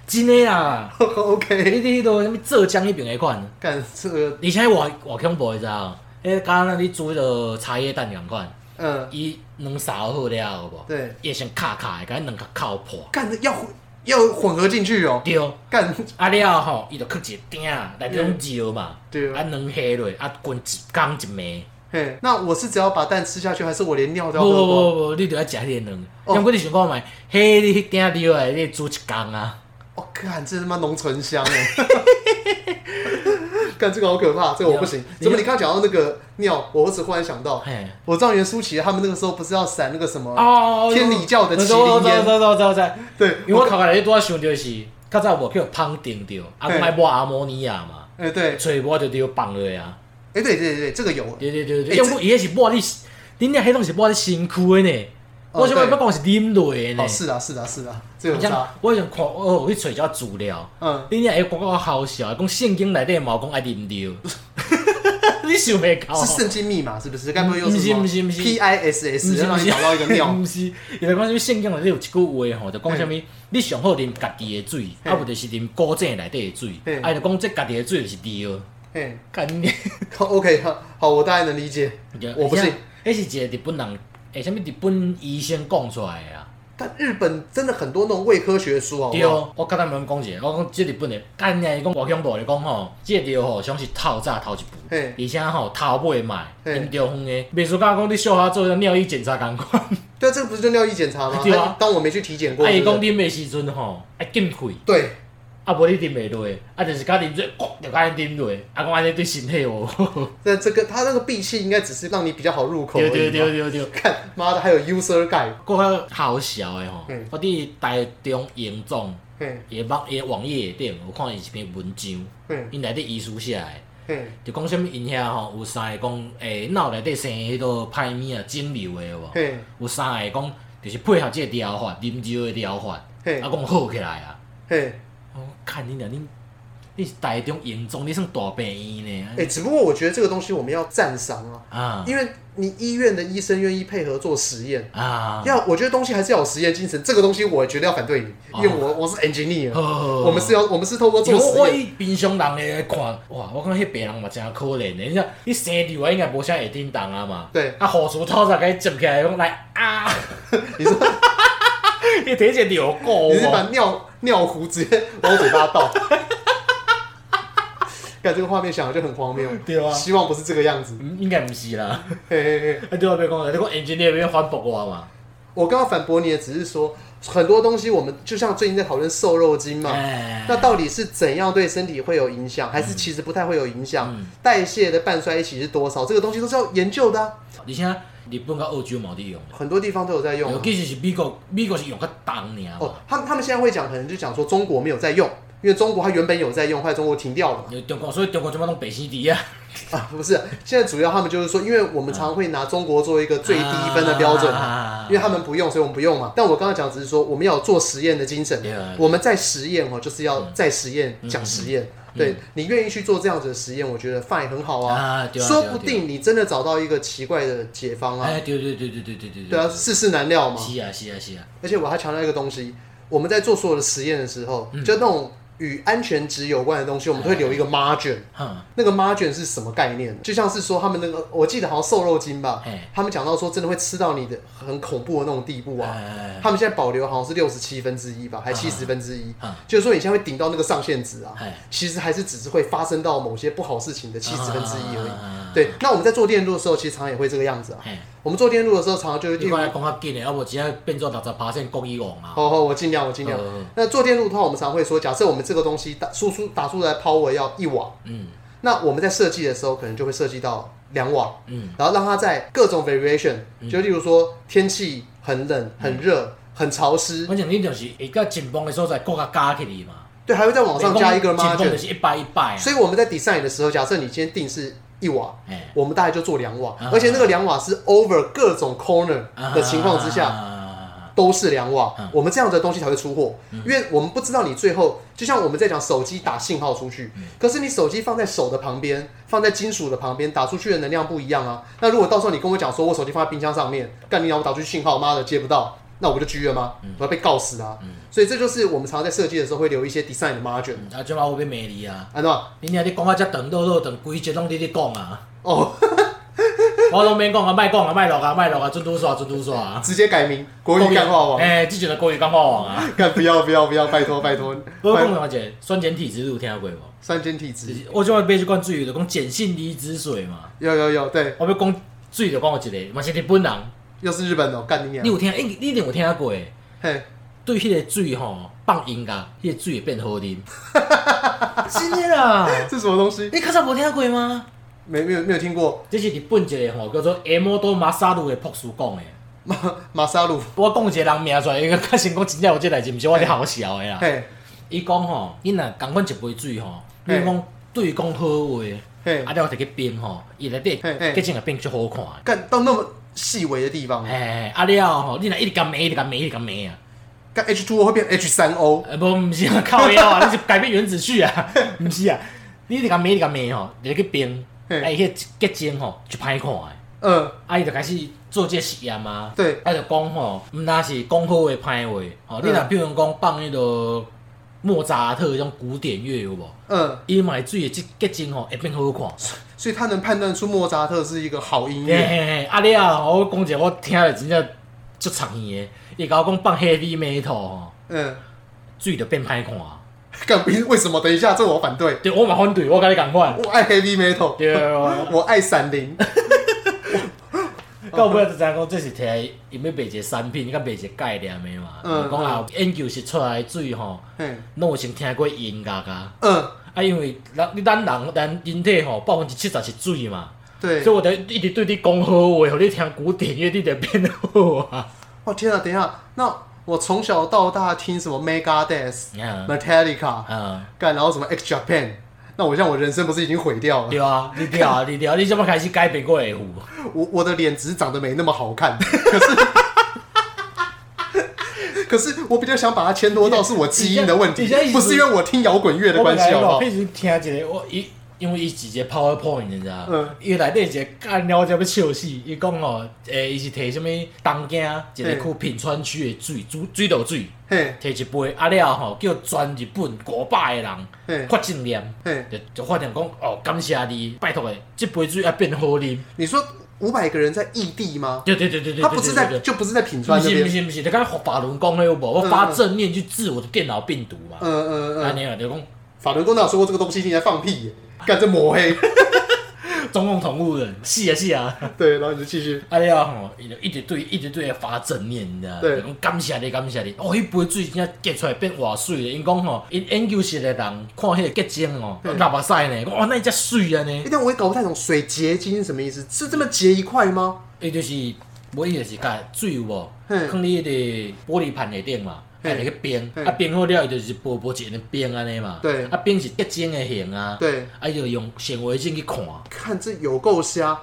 [SPEAKER 1] 真诶啊！你
[SPEAKER 2] OK，
[SPEAKER 1] 你迄落啥物浙江迄边迄款，
[SPEAKER 2] 干这个，
[SPEAKER 1] 而且偌偌恐怖，你知道？迄敢若你煮迄落茶叶蛋共款。
[SPEAKER 2] 嗯，
[SPEAKER 1] 伊两烧好了，有无？
[SPEAKER 2] 对，
[SPEAKER 1] 伊会先卡卡的，甲两个敲破。
[SPEAKER 2] 干要混要混合进去哦，
[SPEAKER 1] 对，
[SPEAKER 2] 干
[SPEAKER 1] 啊了吼，伊就刻一鼎来种石嘛，
[SPEAKER 2] 对
[SPEAKER 1] 啊
[SPEAKER 2] 哦，
[SPEAKER 1] 两下落，啊滚一缸一暝。
[SPEAKER 2] 嘿，那我是只要把蛋吃下去，还是我连尿都
[SPEAKER 1] 无
[SPEAKER 2] 要喝光？
[SPEAKER 1] 无无无，你着要食迄个卵。
[SPEAKER 2] 哦
[SPEAKER 1] 要不你想看觅，迄你迄鼎料诶，你煮一缸啊。
[SPEAKER 2] 我看哦这他妈浓醇香 [LAUGHS] 哎！看这个好可怕，这个我不行。
[SPEAKER 1] 你
[SPEAKER 2] 怎么你刚刚讲到那个尿，我只忽然想到，
[SPEAKER 1] 嘿，
[SPEAKER 2] 我知道原舒淇他们那个时候不是要闪那个什么？
[SPEAKER 1] 哦
[SPEAKER 2] 天理教的麒麟烟
[SPEAKER 1] 走走走走走走。
[SPEAKER 2] 对，
[SPEAKER 1] 因为我头壳内底拄仔想着是，较早无去互芳定着，啊
[SPEAKER 2] 嘿
[SPEAKER 1] 爱抹阿摩尼亚嘛，
[SPEAKER 2] 哎对，哎
[SPEAKER 1] 揣抹着着放落啊。
[SPEAKER 2] 对对对对，这个有，
[SPEAKER 1] 对对对对，
[SPEAKER 2] 欸
[SPEAKER 1] 要不伊迄是抹你，恁俩迄拢是抹你身躯的呢。
[SPEAKER 2] 哦
[SPEAKER 1] 我想要要讲是啉落的呢
[SPEAKER 2] 哦。是啊是啊是啊，这个
[SPEAKER 1] 你
[SPEAKER 2] 有
[SPEAKER 1] 像
[SPEAKER 2] 啥？
[SPEAKER 1] 我想看，哦，我去找一下资料。
[SPEAKER 2] 嗯，
[SPEAKER 1] 恁俩会讲我好笑，讲圣经内底嘛有讲爱啉尿， [LAUGHS] 你想袂到？
[SPEAKER 2] 是圣经密码是不是？该不会又
[SPEAKER 1] 不是
[SPEAKER 2] 什么
[SPEAKER 1] 哦嗯不是不是
[SPEAKER 2] P I S
[SPEAKER 1] 不
[SPEAKER 2] S
[SPEAKER 1] 是
[SPEAKER 2] 让你找到一个尿
[SPEAKER 1] [LAUGHS] 不？是，伊来讲什么圣经内底有一句话吼，就讲什物，你上好啉家己的水，
[SPEAKER 2] 嘿
[SPEAKER 1] 啊无就是啉古井内底的水
[SPEAKER 2] 嘿，
[SPEAKER 1] 啊就讲这家己的水就是尿，
[SPEAKER 2] 嘿
[SPEAKER 1] 干 [LAUGHS] 你！
[SPEAKER 2] 好，OK，好，好，我大概能理解。我不信，
[SPEAKER 1] 迄是一个日本人，诶，什物日本医生讲出来的啊？
[SPEAKER 2] 但日本真的很多那种伪科学书，啊好不
[SPEAKER 1] 对
[SPEAKER 2] 好？
[SPEAKER 1] 哦，我甲咱们讲一下，我讲即日本的，干啊娘伊讲外恐怖咧讲吼，即个料吼像是透早头一步，
[SPEAKER 2] 嘿，
[SPEAKER 1] 而且吼头尾买，
[SPEAKER 2] 嘿
[SPEAKER 1] 因着远的，袂输甲讲你小下做尿液检查共款。
[SPEAKER 2] 对啊，这个不是就尿液检查吗？哎
[SPEAKER 1] 对啊
[SPEAKER 2] 当我没去体检过。
[SPEAKER 1] 啊，伊
[SPEAKER 2] 对不
[SPEAKER 1] 讲
[SPEAKER 2] 对
[SPEAKER 1] 啉的时阵吼，爱禁气，
[SPEAKER 2] 对，
[SPEAKER 1] 啊无你啉袂落，啊就是甲啉水，咕就甲啉落，啊讲安尼对身体无好。
[SPEAKER 2] 那这个他那个闭气应该只是让你比较好入口而
[SPEAKER 1] 对
[SPEAKER 2] 已吧。
[SPEAKER 1] [LAUGHS] 对对对对。
[SPEAKER 2] 看妈的还有 user guide，
[SPEAKER 1] 搁较好笑的吼
[SPEAKER 2] 嗯，
[SPEAKER 1] 我伫台中营总
[SPEAKER 2] 嘿
[SPEAKER 1] 伊网伊网页顶，有看伊一篇文章，
[SPEAKER 2] 嘿
[SPEAKER 1] 因内底医书写的。
[SPEAKER 2] 嘿，
[SPEAKER 1] 就讲什物因遐吼，有三个讲诶脑内底生迄个歹物啊、肿瘤的有无？
[SPEAKER 2] 嘿
[SPEAKER 1] 有三个讲就是配合即个疗法、啉酒的疗法，啊
[SPEAKER 2] 嘿
[SPEAKER 1] 讲好起来啊。
[SPEAKER 2] 嘿，
[SPEAKER 1] 我讲看你俩恁，你是台中严重，你算大病医呢
[SPEAKER 2] 哎，？只不过我觉得这个东西我们要赞赏啊，
[SPEAKER 1] 啊
[SPEAKER 2] 因为你医院的医生愿意配合做实验。
[SPEAKER 1] 啊！
[SPEAKER 2] 要，我觉得东西还是要有实验精神。这个东西我绝对要反对你，
[SPEAKER 1] 哦
[SPEAKER 2] 因为我我是 engineer，
[SPEAKER 1] 好好好
[SPEAKER 2] 我们是要我们是透过
[SPEAKER 1] 因
[SPEAKER 2] 做
[SPEAKER 1] 为
[SPEAKER 2] 实
[SPEAKER 1] 我
[SPEAKER 2] 验。
[SPEAKER 1] 以平常人咧看，哇，我看迄病人嘛真可怜的，你看你生瘤啊，应该无啥会叮当啊嘛。
[SPEAKER 2] 对
[SPEAKER 1] 啊，护士透早甲伊接起来，讲来啊，
[SPEAKER 2] [LAUGHS] 你说
[SPEAKER 1] [LAUGHS] 你摕一个尿膏
[SPEAKER 2] 你是把
[SPEAKER 1] 哦。
[SPEAKER 2] 尿尿壶直接往嘴巴倒， [LAUGHS] 看这个画面想着就很荒谬。
[SPEAKER 1] 对啊
[SPEAKER 2] 希望不是这个样子。
[SPEAKER 1] 嗯应该毋是啦。
[SPEAKER 2] 嘿嘿嘿。
[SPEAKER 1] 啊，对我别讲了，你讲 engineer 要反驳我嘛？
[SPEAKER 2] 我刚刚反驳你的只是说，很多东西我们就像最近在讨论瘦肉精嘛，
[SPEAKER 1] 哎
[SPEAKER 2] 啊那到底是怎样对身体会有影响，还是其实不太会有影响？
[SPEAKER 1] 嗯
[SPEAKER 2] 代谢的半衰期是多少？这个东西都是要研究的啊、
[SPEAKER 1] 而且日本跟澳洲冇得用的，
[SPEAKER 2] 很多地方都有在用啊、
[SPEAKER 1] 尤其是美国，美国是用较重尔
[SPEAKER 2] 哦
[SPEAKER 1] 嘛，，
[SPEAKER 2] 他们他们现在会讲，可能就讲说中国没有在用，因为中国它原本有在用，后来中国停掉了嘛。
[SPEAKER 1] 有中国所以中国就要弄白死猪啊，
[SPEAKER 2] 啊，不是，现在主要他们就是说，因为我们常会拿中国作为一个最低分的标准。
[SPEAKER 1] 啊
[SPEAKER 2] 因为他们不用，所以我们不用嘛。但我刚刚讲只是说，我们要有做实验的精神
[SPEAKER 1] 对啊，嗯
[SPEAKER 2] 我们在实验哦，就是要在实验讲实验，对你愿意去做这样子的实验，我觉得 fine 很好
[SPEAKER 1] 啊对啊
[SPEAKER 2] 说
[SPEAKER 1] 对啊
[SPEAKER 2] 不
[SPEAKER 1] 对啊
[SPEAKER 2] 定你真的找到一个奇怪的解方啊。
[SPEAKER 1] 哎，对对对对对对对
[SPEAKER 2] 对啊，世事难料嘛。
[SPEAKER 1] 是啊是啊是啊，
[SPEAKER 2] 而且我还强调一个东西，我们在做所有的实验的时候，
[SPEAKER 1] 嗯
[SPEAKER 2] 就那种与安全值有关的东西，我们会留
[SPEAKER 1] 哎
[SPEAKER 2] 一个 margin。
[SPEAKER 1] 哼，
[SPEAKER 2] 那个 margin 是什么概念？就像是说他们那个，我记得好像瘦肉精吧
[SPEAKER 1] 嘿，
[SPEAKER 2] 他们讲到说真的会吃到你的很恐怖的那种地步啊。
[SPEAKER 1] 哎
[SPEAKER 2] 他们现在保留好像是六十七分之一吧，还七十分之一
[SPEAKER 1] 啊，
[SPEAKER 2] 就是说你现在会顶到那个上限值啊
[SPEAKER 1] 哎，
[SPEAKER 2] 其实还是只是会发生到某些不好事情的七十分之一而
[SPEAKER 1] 啊啊啊啊
[SPEAKER 2] 已。对，那我们在做电路的时候，其实常常也会这个样子啊。
[SPEAKER 1] 嘿，
[SPEAKER 2] 我们做电路的时候，常常就会
[SPEAKER 1] 你看来讲较紧的，要不直接变做六十 percent 国语王啊，
[SPEAKER 2] 好好，我尽量，我尽量。
[SPEAKER 1] 嗯
[SPEAKER 2] 那做电路的话，我们常会说，假设我们这个东西打输出打出来的 power 要一瓦，
[SPEAKER 1] 嗯
[SPEAKER 2] 那我们在设计的时候，可能就会设计到两瓦，
[SPEAKER 1] 嗯，
[SPEAKER 2] 然后让它在各种 variation，、就例如说天气很
[SPEAKER 1] 嗯
[SPEAKER 2] 冷、很热、很潮湿，
[SPEAKER 1] 反正你就是一个紧绷的所在，更加加起来嘛，
[SPEAKER 2] 对，还会在往上加一个
[SPEAKER 1] 紧绷就
[SPEAKER 2] margin。
[SPEAKER 1] 是一摆一摆啊，
[SPEAKER 2] 所以我们在 design 的时候，假设你今天定是一瓦，
[SPEAKER 1] 哎，
[SPEAKER 2] 我们大概就做两瓦，
[SPEAKER 1] 啊
[SPEAKER 2] 而且那个两瓦是 over 各种 corner 的情况之
[SPEAKER 1] 啊
[SPEAKER 2] 下，
[SPEAKER 1] 下，
[SPEAKER 2] 都是良瓦，
[SPEAKER 1] 嗯
[SPEAKER 2] 我们这样的东西才会出货，因为我们不知道你最后，就像我们在讲手机打信号出
[SPEAKER 1] 嗯
[SPEAKER 2] 去，可是你手机放在手的旁边，放在金属的旁边，打出去的能量不一样啊。那如果到时候你跟我讲说我手机放在冰箱上面，干你娘我打出去信号，妈的接不到，那我就狙了吗？
[SPEAKER 1] 嗯
[SPEAKER 2] 我要被告死啊！所以这就是我们常常在设计的时候会留一些 design 的 margin，
[SPEAKER 1] 嗯啊，即嘛我要骂你啊，
[SPEAKER 2] 安诺
[SPEAKER 1] 你娘你讲啊，遮长到到长规节拢你咧讲啊， [LAUGHS]
[SPEAKER 2] 哦，
[SPEAKER 1] 我拢免讲啊，莫讲啊，莫落啊，莫落啊，准拄煞，准拄煞啊，
[SPEAKER 2] 直接改名国语干话王，
[SPEAKER 1] 哎，即阵的国语干话王啊，
[SPEAKER 2] 干不要不要不要，拜托拜托，
[SPEAKER 1] 我
[SPEAKER 2] 拜
[SPEAKER 1] 讲两者酸碱体质你有听过无？
[SPEAKER 2] 三间体质，
[SPEAKER 1] 我即摆买一罐水，就讲碱性离子水嘛，
[SPEAKER 2] 有有有，对，
[SPEAKER 1] 我要讲水就讲有一个，嘛是日本人，
[SPEAKER 2] 又是日本哦，干你
[SPEAKER 1] 你
[SPEAKER 2] 娘，
[SPEAKER 1] 有听？欸你你一定有听过的。
[SPEAKER 2] 嘿。
[SPEAKER 1] 对迄个水吼放音乐，迄、个水会变好啉。 [LAUGHS] 真的啊啦，
[SPEAKER 2] 这什么东西？
[SPEAKER 1] 你较早无听过吗？
[SPEAKER 2] 没没有没有听过
[SPEAKER 1] 这是日本一个吼叫做 M 多马萨鲁的博士讲的。
[SPEAKER 2] 马马 [LAUGHS] 萨鲁，
[SPEAKER 1] 我讲一个人名出来，伊 [LAUGHS] 个较成讲真正有这代志，毋是我咧好笑的啦。
[SPEAKER 2] 嘿
[SPEAKER 1] 伊讲吼，你若共阮一杯水吼，你
[SPEAKER 2] 嘿
[SPEAKER 1] 讲对讲好话，
[SPEAKER 2] 嘿
[SPEAKER 1] 啊，，了摕去冰吼，伊内底
[SPEAKER 2] 嘿嘿
[SPEAKER 1] 结晶会变出好看的。
[SPEAKER 2] 干到那么细微的地方，
[SPEAKER 1] 哎，啊了吼，你若一直甲骂，一直甲骂，一直甲骂啊！
[SPEAKER 2] 干 H two 会变 H 三 O，
[SPEAKER 1] 呃，无，毋是啊，靠腰
[SPEAKER 2] [LAUGHS]
[SPEAKER 1] 啊，你是改变原子序啊， [LAUGHS] 毋是啊，你一直甲骂，一直甲骂吼，你去冰，
[SPEAKER 2] 嘿
[SPEAKER 1] 哎，迄结晶吼就歹看的，
[SPEAKER 2] 嗯，
[SPEAKER 1] 啊，伊就开始做这实验啊，
[SPEAKER 2] 对
[SPEAKER 1] 啊，就讲吼，毋那是讲好话歹话，吼，你若
[SPEAKER 2] 嗯
[SPEAKER 1] 比如讲放迄个莫扎特迄种古典乐有无？
[SPEAKER 2] 嗯，
[SPEAKER 1] 伊买水的结结晶吼会变好看，
[SPEAKER 2] 所以他能判断出莫扎特是一个好音
[SPEAKER 1] 嘿
[SPEAKER 2] 乐，
[SPEAKER 1] 嘿嘿，啊了啊，我讲者我听了真正足长耳的，伊甲我讲放 heavy metal 吼，
[SPEAKER 2] 嗯，
[SPEAKER 1] 水就变歹看啊，
[SPEAKER 2] 干为为什么？等一下，这我反对，
[SPEAKER 1] 对，我嘛反对，我甲你共款，
[SPEAKER 2] 我爱 heavy metal， [LAUGHS]
[SPEAKER 1] 对。
[SPEAKER 2] 我爱闪灵，
[SPEAKER 1] 到尾就知影讲，这是摕来因要卖一个产品，甲卖一个概念的嘛。
[SPEAKER 2] 嗯
[SPEAKER 1] 讲啊，研究是出来的水吼，
[SPEAKER 2] 嘿，
[SPEAKER 1] 拢有先听过音乐啊。
[SPEAKER 2] 嗯，
[SPEAKER 1] 啊，因为咱你咱人咱人体吼百分之七十是水嘛，
[SPEAKER 2] 对
[SPEAKER 1] 所以，我就一直对你讲好话，互你听古典乐，你就变好
[SPEAKER 2] [LAUGHS]
[SPEAKER 1] 啊。
[SPEAKER 2] 哦天啊，等一下，那我从小到大听什么 Megadeth、
[SPEAKER 1] 啊
[SPEAKER 2] Metallica，
[SPEAKER 1] 啊，
[SPEAKER 2] 干，然后什么 X Japan，那我像我人生不是已经毁掉了？
[SPEAKER 1] [LAUGHS] 对啊，你对啊，你对啊，你怎么开始改变我的户？
[SPEAKER 2] 我我的脸只是长得没那么好看， [LAUGHS] 可是，可是我比较想把它牵拖到是我基因的问
[SPEAKER 1] 你
[SPEAKER 2] 题
[SPEAKER 1] 这样，
[SPEAKER 2] 不是因为我听摇滚乐的
[SPEAKER 1] 我
[SPEAKER 2] 关
[SPEAKER 1] 本来
[SPEAKER 2] 系，好不好
[SPEAKER 1] 我？一直听一个，我伊因为伊是一个 PowerPoint，你知道
[SPEAKER 2] 嗯
[SPEAKER 1] 吗？伊内底一个干了，我才要笑死。伊讲哦，诶，伊是摕什物东京一个
[SPEAKER 2] 嘿
[SPEAKER 1] 区品川区的水，水水道水，
[SPEAKER 2] 嘿，
[SPEAKER 1] 摕一杯，啊了吼，叫全日本五百个
[SPEAKER 2] 嘿
[SPEAKER 1] 人发正念，
[SPEAKER 2] 嘿，
[SPEAKER 1] 就就发现讲哦，感谢你，拜托诶，即杯水要变好啉。
[SPEAKER 2] 你说五百个人在异地吗？
[SPEAKER 1] 对对对对对，
[SPEAKER 2] 他不是在
[SPEAKER 1] 对对
[SPEAKER 2] 就不是在品
[SPEAKER 1] 对
[SPEAKER 2] 川那
[SPEAKER 1] 对不是不
[SPEAKER 2] 边，
[SPEAKER 1] 是不是，你刚才法轮功那有无？我
[SPEAKER 2] 嗯
[SPEAKER 1] 发
[SPEAKER 2] 嗯
[SPEAKER 1] 正念去治我的电脑病毒嘛。
[SPEAKER 2] 嗯嗯
[SPEAKER 1] 安
[SPEAKER 2] 嗯，
[SPEAKER 1] 尼啊，就讲
[SPEAKER 2] 法轮功哪有说过这个东西？你在放屁耶，干这
[SPEAKER 1] [LAUGHS]
[SPEAKER 2] 抹黑，
[SPEAKER 1] 中共同路人，是啊是啊。
[SPEAKER 2] 对，然后你就继续，
[SPEAKER 1] 啊了吼，伊就一直对一直对他发正念，你知道？
[SPEAKER 2] 对
[SPEAKER 1] 就讲感谢你，感谢你。哦，迄杯水真正结出来变偌水咧。因讲吼，因研究室的人看迄个结晶哦，
[SPEAKER 2] 对
[SPEAKER 1] 流目屎呢。哇，那遮水啊安尼
[SPEAKER 2] 诶，但我也搞不太懂水结晶是什么意思，是这么结一块吗？
[SPEAKER 1] 伊就是无伊就是甲水有无，
[SPEAKER 2] 嗯
[SPEAKER 1] 放你迄个玻璃盘内顶嘛，啊
[SPEAKER 2] 嗯
[SPEAKER 1] 入去冰，
[SPEAKER 2] 嗯
[SPEAKER 1] 啊冰好了，伊就是薄薄一层冰安尼嘛。
[SPEAKER 2] 对
[SPEAKER 1] 啊冰是结晶的形啊。
[SPEAKER 2] 对，
[SPEAKER 1] 啊伊就用显微镜去看。
[SPEAKER 2] 看这有够瞎，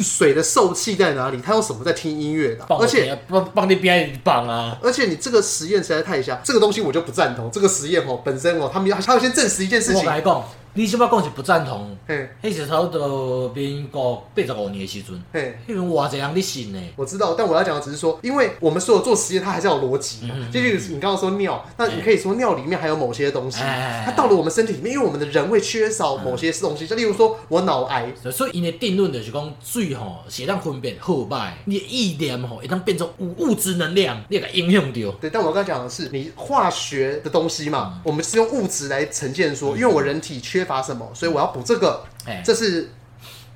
[SPEAKER 2] 水的受气在哪里？他用什么在听音乐的啊？
[SPEAKER 1] 放我
[SPEAKER 2] 而且
[SPEAKER 1] 边啊放放你边啊放啊。
[SPEAKER 2] 而且你这个实验实在太瞎，这个东西我就不赞同。这个实验哦本身哦，他们要他要先证实一件事
[SPEAKER 1] 我
[SPEAKER 2] 情，
[SPEAKER 1] 甲你讲，你即摆讲是不赞同，
[SPEAKER 2] 嘿，
[SPEAKER 1] 迄是差不多民国八十五年的时阵，
[SPEAKER 2] 嘿。
[SPEAKER 1] 迄阵偌济人咧信呢？
[SPEAKER 2] 我知道，但我要讲的只是说，因为我们所有做实验，它还是要有逻辑嘛。就就是你刚刚说尿，那你可以说尿里面还有某些东西，
[SPEAKER 1] 哎
[SPEAKER 2] 它到了我们身体里面，因为我们的人会缺少某些东西，就例如说我脑癌，
[SPEAKER 1] 就所以因的定论就是讲，水吼是会当分辨好歹，你的意念吼会当变成有物质能量，你会给影响着。
[SPEAKER 2] 对，但我刚讲的是，你化学的东西嘛，我们是用物质来呈现说，因为我人体缺乏什么，所以我要补这个，
[SPEAKER 1] 哎
[SPEAKER 2] 这是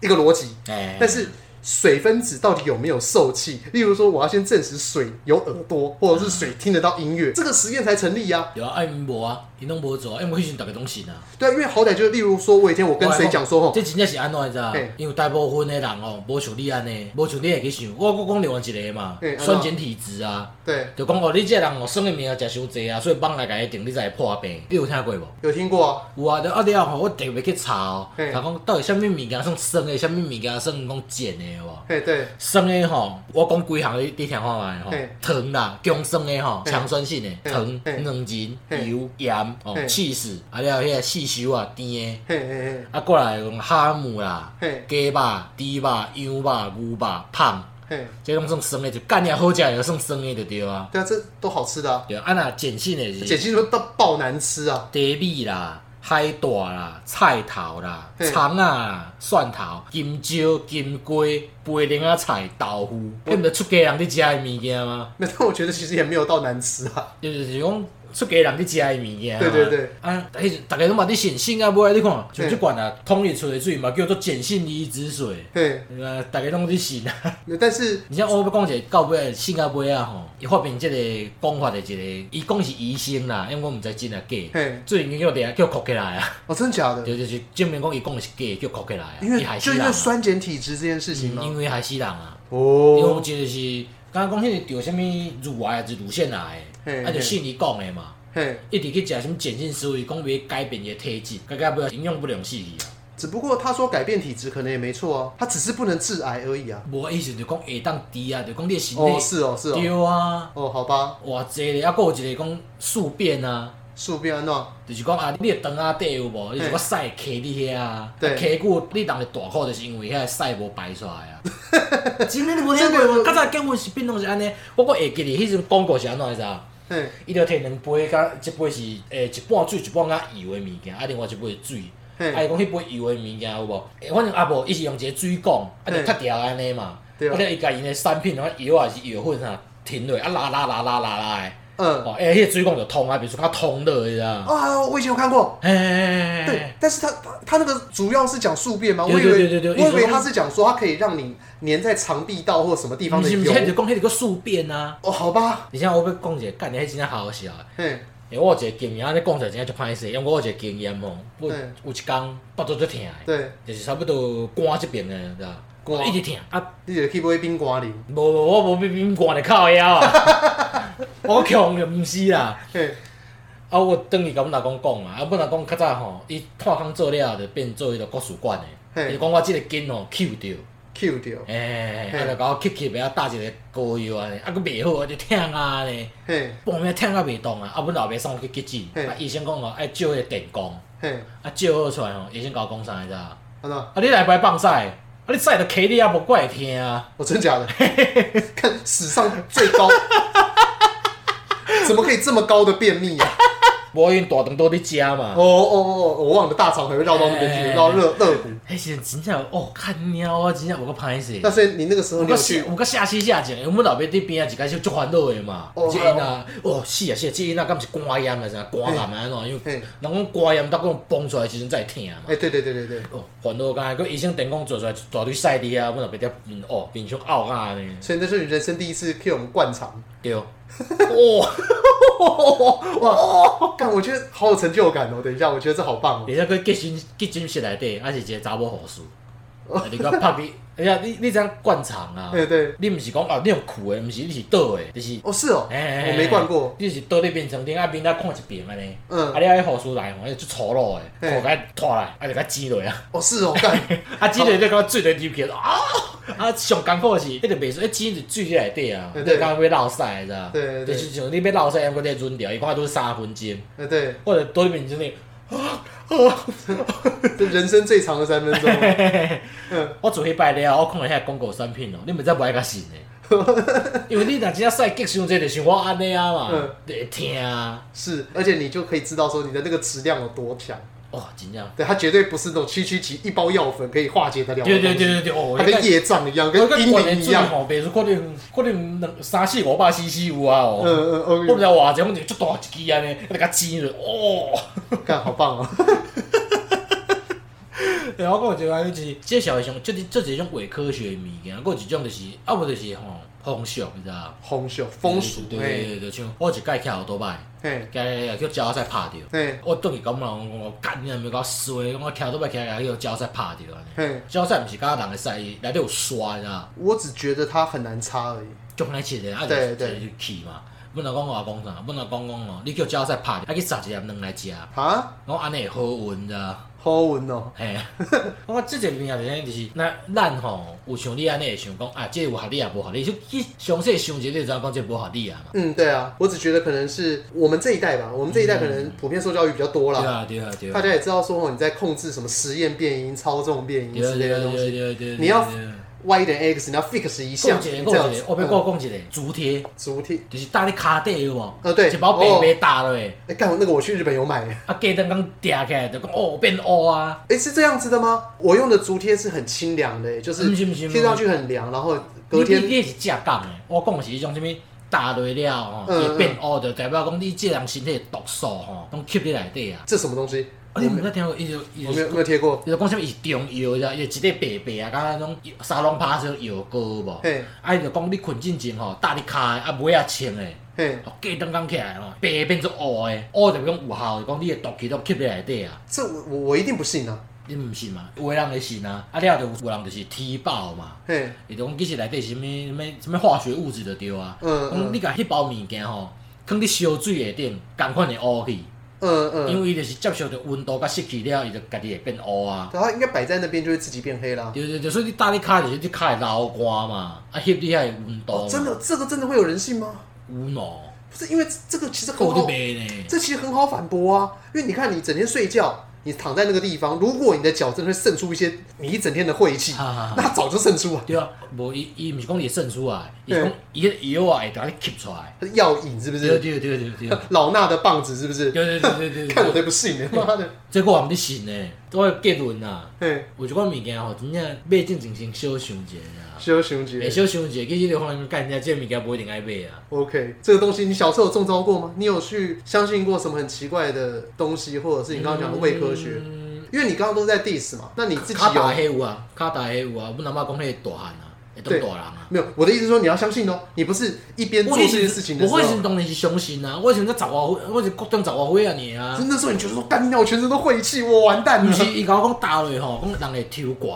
[SPEAKER 2] 一个逻辑。
[SPEAKER 1] 哎
[SPEAKER 2] 但是水分子到底有没有受气？例如说，我要先证实水有耳朵，或者是水听得到音
[SPEAKER 1] 嗯
[SPEAKER 2] 乐，这个实验才成立呀、
[SPEAKER 1] 有啊，哎，因无啊，因拢无做啊，因为迄阵逐个拢信啊。
[SPEAKER 2] 对啊，因为好歹就是，例如说，我以前我跟谁讲说，吼，
[SPEAKER 1] 这真正是安怎你知道
[SPEAKER 2] 哦嘿？
[SPEAKER 1] 因为大部分的人哦，无像你安尼，无像你会去想。我我讲另外一个嘛
[SPEAKER 2] 嘿，安怎
[SPEAKER 1] 酸碱体质啊，
[SPEAKER 2] 对，
[SPEAKER 1] 就讲哦，你这个人哦，生的命食伤济啊，所以网来甲伊定，你才会破病。你有听过无？
[SPEAKER 2] 有听过啊？
[SPEAKER 1] 有啊，啊了后我特别去查哦，
[SPEAKER 2] 嘿
[SPEAKER 1] 查讲到底什物物件算酸的，什物物件算讲碱的有无？
[SPEAKER 2] 嘿，对，
[SPEAKER 1] 酸的吼，我讲几项你你听看卖吼
[SPEAKER 2] 嘿，
[SPEAKER 1] 糖啦，强酸的吼，
[SPEAKER 2] 嘿
[SPEAKER 1] 强酸性的
[SPEAKER 2] 嘿
[SPEAKER 1] 糖、
[SPEAKER 2] 嘿
[SPEAKER 1] 软禁、
[SPEAKER 2] 嘿
[SPEAKER 1] 油、盐、哦
[SPEAKER 2] 嘿、
[SPEAKER 1] 气死，啊了迄个四修啊甜的。
[SPEAKER 2] 嘿嘿嘿，
[SPEAKER 1] 啊，过来讲哈姆啦
[SPEAKER 2] 嘿、
[SPEAKER 1] 鸡肉、猪肉、羊肉、牛肉、胖，
[SPEAKER 2] 嘿，
[SPEAKER 1] 这拢算酸的，就干了好食的就算酸的就对啊。
[SPEAKER 2] 对啊，这都好吃的啊，
[SPEAKER 1] 对啊，啊若碱性的
[SPEAKER 2] 碱
[SPEAKER 1] 是
[SPEAKER 2] 性说到爆难吃啊，
[SPEAKER 1] 茶米啦、海带啦、菜头啦、
[SPEAKER 2] 嘿
[SPEAKER 1] 葱啊、蒜头、金蕉、金瓜、白莲啊菜、豆腐，迄毋着出家人咧食的物件吗？
[SPEAKER 2] 那但我觉得其实也没有到难吃啊，
[SPEAKER 1] 就是讲出家人咧食的物件。
[SPEAKER 2] 对对对。
[SPEAKER 1] 啊，迄时逐个拢嘛咧碱性啊，买你看，像即款啊，统一出的水嘛叫做碱性离子水，
[SPEAKER 2] 嘿，
[SPEAKER 1] 啊，逐个拢咧信啊。 [LAUGHS]
[SPEAKER 2] 但是
[SPEAKER 1] 而且我要讲一个到尾性格尾啊吼，伊发明即个讲法的一个，伊讲是医生啦，因为我毋知真啊假
[SPEAKER 2] 嘿，
[SPEAKER 1] 最近叫掠叫哭起来啊， [LAUGHS]
[SPEAKER 2] 哦，真的假的？
[SPEAKER 1] 就就是证明讲伊讲的是假，叫哭起来啊，
[SPEAKER 2] 因为
[SPEAKER 1] 伊害
[SPEAKER 2] 就
[SPEAKER 1] 死
[SPEAKER 2] 因
[SPEAKER 1] 人
[SPEAKER 2] 为
[SPEAKER 1] 啊，
[SPEAKER 2] 酸碱体质这件事情
[SPEAKER 1] 嗯因
[SPEAKER 2] 吗？
[SPEAKER 1] 为害死人啊，因为有
[SPEAKER 2] 哦，
[SPEAKER 1] 一个是，刚刚讲迄个着什物乳癌还是乳腺癌
[SPEAKER 2] 嘿
[SPEAKER 1] 的，啊就信伊讲的嘛，
[SPEAKER 2] 嘿，
[SPEAKER 1] 一直去食什物碱性思维，讲要改变伊的体质，改改不了营养不良死去啊。
[SPEAKER 2] 只不过他说改变体质可能也没错啊，他只是不能致癌而已啊。
[SPEAKER 1] 无意思就讲会当低啊，就讲你的身
[SPEAKER 2] 哦，
[SPEAKER 1] 体
[SPEAKER 2] 是哦，是哦，
[SPEAKER 1] 对啊，
[SPEAKER 2] 哦，好吧，
[SPEAKER 1] 偌济咧，啊，还有一个讲宿便啊。
[SPEAKER 2] 树变安诺，
[SPEAKER 1] 就是讲啊，你的肠仔底有无？就是我屎会卡你遐啊，啊
[SPEAKER 2] 对
[SPEAKER 1] 卡久你人的大口，就是因为遐屎无排出来
[SPEAKER 2] [LAUGHS]
[SPEAKER 1] 啊。真的你无
[SPEAKER 2] 真
[SPEAKER 1] 听
[SPEAKER 2] 的
[SPEAKER 1] 过？较早结婚是变拢是安尼，我我会记哩，迄阵广告是安怎你知道？
[SPEAKER 2] 嘿，
[SPEAKER 1] 伊就摕两杯，甲一杯是诶、一半水，一半甲油的物件，啊另外一杯是水。
[SPEAKER 2] 嘿
[SPEAKER 1] 啊，伊讲迄杯油的物件有无？诶反正啊无，伊是用一个水缸，啊就
[SPEAKER 2] 嘿
[SPEAKER 1] 踢掉安尼嘛。
[SPEAKER 2] 对啊
[SPEAKER 1] 啊，了伊甲因的产品，然后油啊是油粉啊，停落，啊拉拉拉拉拉拉的，
[SPEAKER 2] 嗯，
[SPEAKER 1] 哦，诶，迄个水缸就通啊，比如说较通落，你知道？
[SPEAKER 2] 啊，我以前有看过。
[SPEAKER 1] 哎，
[SPEAKER 2] 对，但是他他他那个主要是讲宿便吗？我
[SPEAKER 1] 对
[SPEAKER 2] 以
[SPEAKER 1] 对
[SPEAKER 2] 为
[SPEAKER 1] 对对对
[SPEAKER 2] 我以
[SPEAKER 1] 一
[SPEAKER 2] 为
[SPEAKER 1] 直都
[SPEAKER 2] 他是讲说它可以让你粘在肠壁道或什么地方
[SPEAKER 1] 毋
[SPEAKER 2] 的
[SPEAKER 1] 是毋
[SPEAKER 2] 油
[SPEAKER 1] 是，。迄就讲迄个宿便啊。
[SPEAKER 2] 哦，好吧，
[SPEAKER 1] 而且我要讲一个，干你迄真正好好笑的。
[SPEAKER 2] 嘿，
[SPEAKER 1] 因为我有一个经验，安尼讲起来真正就歹势，因为我有一个经验吼，我
[SPEAKER 2] 嗯
[SPEAKER 1] 有一工腹肚就疼的，
[SPEAKER 2] 对，
[SPEAKER 1] 就是差不多肝即边的，你知道？
[SPEAKER 2] 肝
[SPEAKER 1] 一直疼啊！
[SPEAKER 2] 你就去买冰瓜零，
[SPEAKER 1] 无无，我无比比肝的靠腰啊！我强就毋是啦。
[SPEAKER 2] 嘿，
[SPEAKER 1] 啊，我等于甲阮阿公讲嘛，啊，阮阿公较早吼，伊看工做了就变做迄个国术馆的，
[SPEAKER 2] 嘿
[SPEAKER 1] 伊就讲我即个筋吼揪着。
[SPEAKER 2] Q 掉，
[SPEAKER 1] 哎，
[SPEAKER 2] 嘿
[SPEAKER 1] 啊，就甲我吸吸，要搭一个膏药安尼，啊，佫袂好，啊，就疼啊咧，
[SPEAKER 2] 嘿，
[SPEAKER 1] 半暝疼到袂动啊，啊，阮老爸送我去急
[SPEAKER 2] 嘿
[SPEAKER 1] 诊，啊，医生讲哦，爱照迄个电工，
[SPEAKER 2] 嘿，
[SPEAKER 1] 啊，照好出来吼，医生甲我讲啥你知道？啊，
[SPEAKER 2] 安诺，
[SPEAKER 1] 你来摆放屎，啊，你屎就起你啊，无我会疼啊，
[SPEAKER 2] 哦，真假的？ [LAUGHS] 看史上最
[SPEAKER 1] [LAUGHS]
[SPEAKER 2] 高，怎么可以这么高的便秘啊？
[SPEAKER 1] 无因大肠都伫食
[SPEAKER 2] 哦
[SPEAKER 1] 嘛，
[SPEAKER 2] 哦哦，我忘了大肠还会绕到那边
[SPEAKER 1] 哎
[SPEAKER 2] 去，绕到肋肋骨。
[SPEAKER 1] 迄时阵真正有哦，看猫啊，真正有够歹势。
[SPEAKER 2] 那所以你那个时
[SPEAKER 1] 有
[SPEAKER 2] 候你有
[SPEAKER 1] 个
[SPEAKER 2] 去
[SPEAKER 1] 有个下死下井，因为阮老爸伫边啊，一开始足烦恼的嘛
[SPEAKER 2] 哦。
[SPEAKER 1] 即因啊，哦，是啊是啊，即因啊，敢毋是肝炎啊，啥肝癌啊安怎？因为
[SPEAKER 2] 嘿
[SPEAKER 1] 人讲肝炎，到讲崩出来的时阵才会疼嘛。
[SPEAKER 2] 哎，对对对对对，
[SPEAKER 1] 哦，烦恼干，佮医生电工做出来一大堆屎滴啊，阮老爸伫面哦，面上凹啊安尼。
[SPEAKER 2] 所以那是你人生第一次 Q 我们灌肠，
[SPEAKER 1] 对，
[SPEAKER 2] [LAUGHS]
[SPEAKER 1] 哦，
[SPEAKER 2] 哇，哦干，我觉得好有成就感哦。等一下，我觉得这好棒哦
[SPEAKER 1] 而。且佮急诊急诊室内底，还是一个查某护士，啊你佮拍你，哎呀，你你怎样灌肠啊？
[SPEAKER 2] 哦对哎对，
[SPEAKER 1] 你毋是讲哦，你用跍的，毋是你是倒的，就是
[SPEAKER 2] 哦是哦，
[SPEAKER 1] 哎
[SPEAKER 2] 我没灌过，。
[SPEAKER 1] 你是倒咧面床顶，啊面啊看一遍安尼，
[SPEAKER 2] 嗯
[SPEAKER 1] 啊你啊迄护士来吼，迄就粗鲁
[SPEAKER 2] 嘿
[SPEAKER 1] 的，裤甲拖来，啊就甲挤落啊，
[SPEAKER 2] 哦是哦，
[SPEAKER 1] [LAUGHS]
[SPEAKER 2] 干，
[SPEAKER 1] 啊挤落再甲水落入去，啊啊上艰苦的是，迄就袂说，迄挤入水内底啊，
[SPEAKER 2] 对
[SPEAKER 1] 你
[SPEAKER 2] 对
[SPEAKER 1] 就感觉要落屎你知道？
[SPEAKER 2] 对对对
[SPEAKER 1] 就是像你要落屎，还佫再润掉，伊看拄三分钟，
[SPEAKER 2] 哎对，
[SPEAKER 1] 我就倒咧面床顶，
[SPEAKER 2] 这人生最长的三分钟，嗯，
[SPEAKER 1] 我做迄摆了，我看了遐广告产品哦，你们才不爱甲信呢，因为你若真正赛激伤这，就是我安尼啊嘛，
[SPEAKER 2] 嗯
[SPEAKER 1] 就会听啊，
[SPEAKER 2] [LAUGHS] 是，而且你就可以知道说你的那个质量有多强，
[SPEAKER 1] 哇，真正，
[SPEAKER 2] 对，它绝对不是那种区区几一包药粉可以化解得了的
[SPEAKER 1] 对
[SPEAKER 2] 东西，
[SPEAKER 1] 对对对对，哦，
[SPEAKER 2] 它跟业障一样，跟
[SPEAKER 1] 我跟
[SPEAKER 2] 阴
[SPEAKER 1] 管的
[SPEAKER 2] 灵一
[SPEAKER 1] 水
[SPEAKER 2] 样，
[SPEAKER 1] 吼，别说可能可能两三四五百 CC 有啊
[SPEAKER 2] 嗯
[SPEAKER 1] 哦，
[SPEAKER 2] 嗯
[SPEAKER 1] 我不知
[SPEAKER 2] 嗯
[SPEAKER 1] 道偌济，反正足大一支安尼，那个煎落，哦。
[SPEAKER 2] 嗯，干好棒哦，
[SPEAKER 1] 对，我讲一个就是，这社会上即即一种伪科学的物件，还有一种就是，啊无就是吼风俗，你知道吗？
[SPEAKER 2] 风俗风俗，
[SPEAKER 1] 对对对
[SPEAKER 2] 嘿，
[SPEAKER 1] 对对，像我一届去后多摆，
[SPEAKER 2] 嘿，
[SPEAKER 1] 个叫鸟仔赛拍着，
[SPEAKER 2] 嘿，
[SPEAKER 1] 我倒去感觉讲我干你阿咪搞衰，讲我跳倒摆起来，迄叫鸟仔赛拍着安尼。
[SPEAKER 2] 嘿，
[SPEAKER 1] 鸟仔毋是甲人个赛，内底有沙，你知道吗？
[SPEAKER 2] 我只觉得它很难擦而已，
[SPEAKER 1] 就来切的，啊就
[SPEAKER 2] 对
[SPEAKER 1] 就
[SPEAKER 2] 对
[SPEAKER 1] 去去嘛。本来讲我讲啥，本来讲讲哦，你叫鸟仔赛拍着，啊去杀一粒卵来食，
[SPEAKER 2] 啊，
[SPEAKER 1] 我安尼会好运知道吗
[SPEAKER 2] 好闻哦，
[SPEAKER 1] 嘿， [LAUGHS] 我讲即个物件就是安尼，就是那咱吼有像你安尼会想讲啊，即、个有合理也无合理，就去详细想一下，你就知影讲即个无合理啊嘛。
[SPEAKER 2] 嗯，对啊，我只觉得可能是我们这一代吧，我们这一代可能普遍受教育比较多
[SPEAKER 1] 对
[SPEAKER 2] 啦，
[SPEAKER 1] 啊，对啊，对
[SPEAKER 2] 大
[SPEAKER 1] 啊。
[SPEAKER 2] 家也知道说哦你在控制什么实验变音、操纵变音
[SPEAKER 1] 对啊
[SPEAKER 2] 之类
[SPEAKER 1] 对啊
[SPEAKER 2] 的东
[SPEAKER 1] 对啊
[SPEAKER 2] 西
[SPEAKER 1] 对啊对啊！
[SPEAKER 2] 你要
[SPEAKER 1] 对啊
[SPEAKER 2] ，Y 等于 X，你要 fix 一项，
[SPEAKER 1] 讲
[SPEAKER 2] 这
[SPEAKER 1] 一个
[SPEAKER 2] 样
[SPEAKER 1] 讲一
[SPEAKER 2] 子嗯
[SPEAKER 1] 个，，我要我讲一个足贴，
[SPEAKER 2] 主体。
[SPEAKER 1] 就是搭你骹底有无？
[SPEAKER 2] 呃对
[SPEAKER 1] 一包白白搭落去，
[SPEAKER 2] 哎、干我那个我去日本有买耶，
[SPEAKER 1] 啊，隔灯刚嗲起来就讲哦变乌啊，
[SPEAKER 2] 哎、是这样子的吗？我用的竹贴是很清凉的耶，就是
[SPEAKER 1] 嗯是不是
[SPEAKER 2] 贴上去很凉，然后
[SPEAKER 1] 你
[SPEAKER 2] 隔
[SPEAKER 1] 你
[SPEAKER 2] 天
[SPEAKER 1] 你是正讲的，我讲的是迄种啥物？搭落了吼，
[SPEAKER 2] 嗯
[SPEAKER 1] 会变乌，就代表讲你即人身体的毒素吼，拢吸你内底啊。
[SPEAKER 2] 这什么东西？
[SPEAKER 1] 啊，你毋捌听过伊就伊就
[SPEAKER 2] 我没
[SPEAKER 1] 是
[SPEAKER 2] 有没有贴过。
[SPEAKER 1] 伊就讲啥物是中药，然后伊就一个白白啊，甲迄种沙龙拍小药膏有无？
[SPEAKER 2] 嘿
[SPEAKER 1] 啊，伊就讲你困进前吼，搭你骹的啊，尾啊穿的，
[SPEAKER 2] 嘿，
[SPEAKER 1] 哦，隔灯刚起来吼，白的变做乌的，乌就讲有效，就讲你的毒气都吸入内底啊。
[SPEAKER 2] 这我我我一定不信啊！
[SPEAKER 1] 你毋信嘛？有的人会信啊，啊了就有人就是踢爆嘛，
[SPEAKER 2] 嘿，
[SPEAKER 1] 伊就讲其实内底是物物什物化学物质就对啊。讲
[SPEAKER 2] 嗯嗯
[SPEAKER 1] 你甲迄包物件吼，放伫烧水下顶，共款会乌去，
[SPEAKER 2] 嗯嗯，
[SPEAKER 1] 因为伊就是接受着温度甲湿气了，伊就家己会变乌啊。
[SPEAKER 2] 然后应该摆在那边就会自己变黑啦。
[SPEAKER 1] 对对对，所以你搭你骹就是你骹会流汗嘛，啊翕你遐会温度嘛、
[SPEAKER 2] 哦，真的，这个真的会有人信吗？
[SPEAKER 1] 有喏，
[SPEAKER 2] 不是，因为这这个其实很
[SPEAKER 1] 够你
[SPEAKER 2] 好，
[SPEAKER 1] 袂呢。
[SPEAKER 2] 这其实很好反驳啊。因为你看，你整天睡觉，你躺在那个地方，如果你的脚真的会渗出一些你一整天的晦气，
[SPEAKER 1] 哈哈哈
[SPEAKER 2] 那早就渗出啊。
[SPEAKER 1] 对啊，无伊伊毋是讲你会渗出来，伊
[SPEAKER 2] 对
[SPEAKER 1] 是讲伊迄药啊会甲你吸出来。
[SPEAKER 2] 药引是不
[SPEAKER 1] 对
[SPEAKER 2] 是？
[SPEAKER 1] 对对对对。对
[SPEAKER 2] 老衲的棒子是不是？
[SPEAKER 1] 对对对对对
[SPEAKER 2] 看我
[SPEAKER 1] 对，
[SPEAKER 2] 才不信呢！妈的，
[SPEAKER 1] 这个我毋得信呢，我的结论啊，
[SPEAKER 2] 嘿，
[SPEAKER 1] 有一款物件吼，真正买进前先小想一下啦，
[SPEAKER 2] 小熊姐
[SPEAKER 1] 会小想一下，其实你发现干人家这物件无一定爱买啊。
[SPEAKER 2] ，OK，这个东西你小时候有中招过吗？你有去相信过什么很奇怪的东西，或者是你刚刚讲的伪科学？因为你刚刚都是在 diss 嘛，那你自
[SPEAKER 1] 嗯
[SPEAKER 2] 己
[SPEAKER 1] 卡达
[SPEAKER 2] 有
[SPEAKER 1] 黑有啊，卡达黑有啊，阮阿妈讲迄大汉啊，会当
[SPEAKER 2] 对
[SPEAKER 1] 大人啊。
[SPEAKER 2] 没有？我的意思是说你要相信哦，你不是一边做
[SPEAKER 1] 我
[SPEAKER 2] 这
[SPEAKER 1] 以
[SPEAKER 2] 件
[SPEAKER 1] 前
[SPEAKER 2] 事情的时
[SPEAKER 1] 我以
[SPEAKER 2] 候
[SPEAKER 1] 前，当然是相信啊，我以前才十外岁，我是国中十外岁啊你啊
[SPEAKER 2] 真，的时候你觉得说干掉我全身都晦气，我完蛋
[SPEAKER 1] 毋
[SPEAKER 2] 了。
[SPEAKER 1] 是 [LAUGHS] 伊甲我讲打落吼，讲人会抽悬，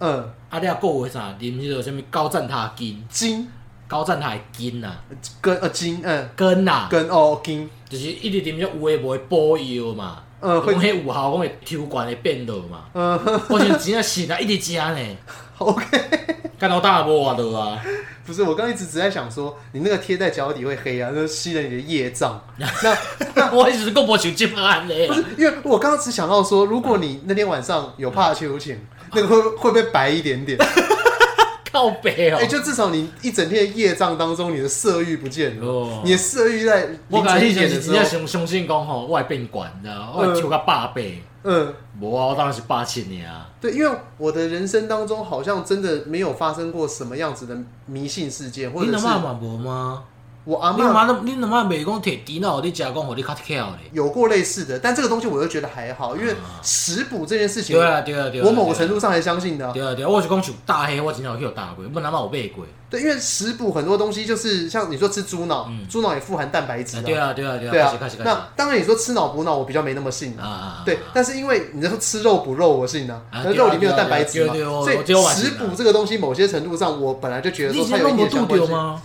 [SPEAKER 2] 嗯，
[SPEAKER 1] 啊你啊有诶啥，啉迄个啥物高赞塔筋，
[SPEAKER 2] 金
[SPEAKER 1] 高赞塔的筋啊，
[SPEAKER 2] 跟呃金嗯
[SPEAKER 1] 根啊，
[SPEAKER 2] 跟哦金
[SPEAKER 1] 就是一直啉迄有诶无诶补药嘛，
[SPEAKER 2] 嗯
[SPEAKER 1] 讲
[SPEAKER 2] 会
[SPEAKER 1] 迄有效，讲会抽悬会变落嘛，
[SPEAKER 2] 嗯呵
[SPEAKER 1] 我是真正信啊，一直食呢，
[SPEAKER 2] [LAUGHS] ，OK，
[SPEAKER 1] 干到大无啊落啊， [LAUGHS]
[SPEAKER 2] 不是我刚刚一直只在想说你那个贴在脚底会黑啊，那吸了你的业障。那
[SPEAKER 1] 我一直讲无像即安尼
[SPEAKER 2] 不。是，因为我刚刚只想到说，如果你那天晚上有怕秋千，那个会会不会白一
[SPEAKER 1] [LAUGHS]
[SPEAKER 2] 点点？
[SPEAKER 1] 靠背哦
[SPEAKER 2] 哎、。就至少你一整天的业障当中，你的色欲不见了，
[SPEAKER 1] 哦
[SPEAKER 2] 你的色欲在
[SPEAKER 1] 我
[SPEAKER 2] 凌
[SPEAKER 1] 甲
[SPEAKER 2] 晨
[SPEAKER 1] 你
[SPEAKER 2] 一
[SPEAKER 1] 前
[SPEAKER 2] 点
[SPEAKER 1] 是
[SPEAKER 2] 的
[SPEAKER 1] 真正
[SPEAKER 2] 时候，
[SPEAKER 1] 相相信讲吼，我会变悬，你知道吗，我会抽甲百倍。
[SPEAKER 2] 嗯，
[SPEAKER 1] 无啊，我当然是八千年啊。
[SPEAKER 2] 对，因为我的人生当中好像真的没有发生过什么样子的迷信事件，或
[SPEAKER 1] 你
[SPEAKER 2] 者
[SPEAKER 1] 阿
[SPEAKER 2] 是
[SPEAKER 1] 嬷嘛无吗？
[SPEAKER 2] 我阿
[SPEAKER 1] 你阿妈
[SPEAKER 2] 妈
[SPEAKER 1] 那，你阿妈袂讲摕猪脑，你食讲互你较巧咧。
[SPEAKER 2] 有过类似的，但这个东西我又觉得还好，因为食补这件事情
[SPEAKER 1] 啊对，啊，对啊，对啊。
[SPEAKER 2] 我某个程
[SPEAKER 1] 度。
[SPEAKER 2] 度上还相信的啊、
[SPEAKER 1] 对啊，对啊，我是讲像大黑，我真正有去有打过，阮阿妈有买过。
[SPEAKER 2] 对，因为食补很多东西就是像你说吃猪脑，猪脑也富含蛋白质
[SPEAKER 1] 嗯啊
[SPEAKER 2] 啊，
[SPEAKER 1] 对啊，对啊，对啊，
[SPEAKER 2] 对
[SPEAKER 1] 开
[SPEAKER 2] 啊
[SPEAKER 1] 始开始，开始。
[SPEAKER 2] 那当然你说吃脑补脑，我比较没那么信
[SPEAKER 1] 啊
[SPEAKER 2] 啊。
[SPEAKER 1] 啊，
[SPEAKER 2] 对，但是因为你说吃肉补肉，我信啊，
[SPEAKER 1] 啊
[SPEAKER 2] 那肉里面有蛋白质嘛，
[SPEAKER 1] 对啊对啊对啊
[SPEAKER 2] 所以
[SPEAKER 1] 我觉得我蛮
[SPEAKER 2] 食
[SPEAKER 1] 信的
[SPEAKER 2] 补这个东西，某些程度上我本来就觉得
[SPEAKER 1] 你
[SPEAKER 2] 说
[SPEAKER 1] 以
[SPEAKER 2] 它
[SPEAKER 1] 前
[SPEAKER 2] 有一
[SPEAKER 1] 拢无
[SPEAKER 2] 点相
[SPEAKER 1] 拄
[SPEAKER 2] 关
[SPEAKER 1] 着
[SPEAKER 2] 性。
[SPEAKER 1] 吗？哦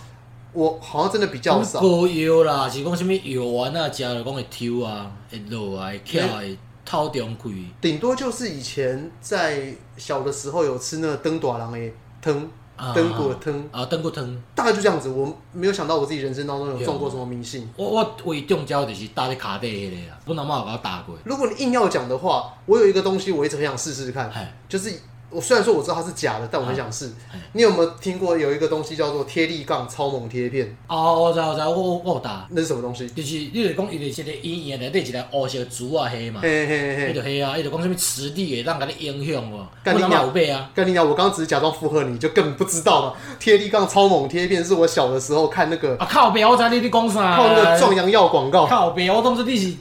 [SPEAKER 2] 我好像真的比较
[SPEAKER 1] 讲
[SPEAKER 2] 少，
[SPEAKER 1] 膏药啦，是讲啥物药丸啊，食了讲会抽啊，会落啊，会翘，会透中开。
[SPEAKER 2] 顶多就是以前在小的时候有吃那个灯短郎的汤，
[SPEAKER 1] 啊
[SPEAKER 2] 灯果汤
[SPEAKER 1] 啊，灯果汤。
[SPEAKER 2] 大概就这样子。我没有想到我自己人生当中有中过什么迷信。
[SPEAKER 1] 我我唯一中招就是搭在卡底迄个啦，啊本阿妈有甲我搭过。
[SPEAKER 2] 如果你硬要讲的话，我有一个东西我一直很想试试看，
[SPEAKER 1] 哎，
[SPEAKER 2] 就是我虽然说我知道它是假的，但我很想试
[SPEAKER 1] 哎。
[SPEAKER 2] 你有没有听过有一个东西叫做贴力杠超猛贴片？
[SPEAKER 1] 哦，我知道我知道，我我我有搭，
[SPEAKER 2] 那是什么东西？
[SPEAKER 1] 就是你就是讲伊就是一个医院内底一个黑色的珠啊黑嘛，
[SPEAKER 2] 嘿嘿
[SPEAKER 1] 伊
[SPEAKER 2] 嘿
[SPEAKER 1] 就
[SPEAKER 2] 嘿，
[SPEAKER 1] 黑啊，伊就讲什物磁力会让甲你影响无，
[SPEAKER 2] 干
[SPEAKER 1] 本
[SPEAKER 2] 你
[SPEAKER 1] 阿
[SPEAKER 2] 娘
[SPEAKER 1] 妈有买啊。
[SPEAKER 2] 跟你讲，我刚刚只是假装附和你，就根本不知道嘛。贴力杠超猛贴片是我小的时候看那个
[SPEAKER 1] 啊靠背，我知你你讲啥？
[SPEAKER 2] 靠那个壮阳药广告，
[SPEAKER 1] 靠背，我当作你
[SPEAKER 2] [LAUGHS]
[SPEAKER 1] 是，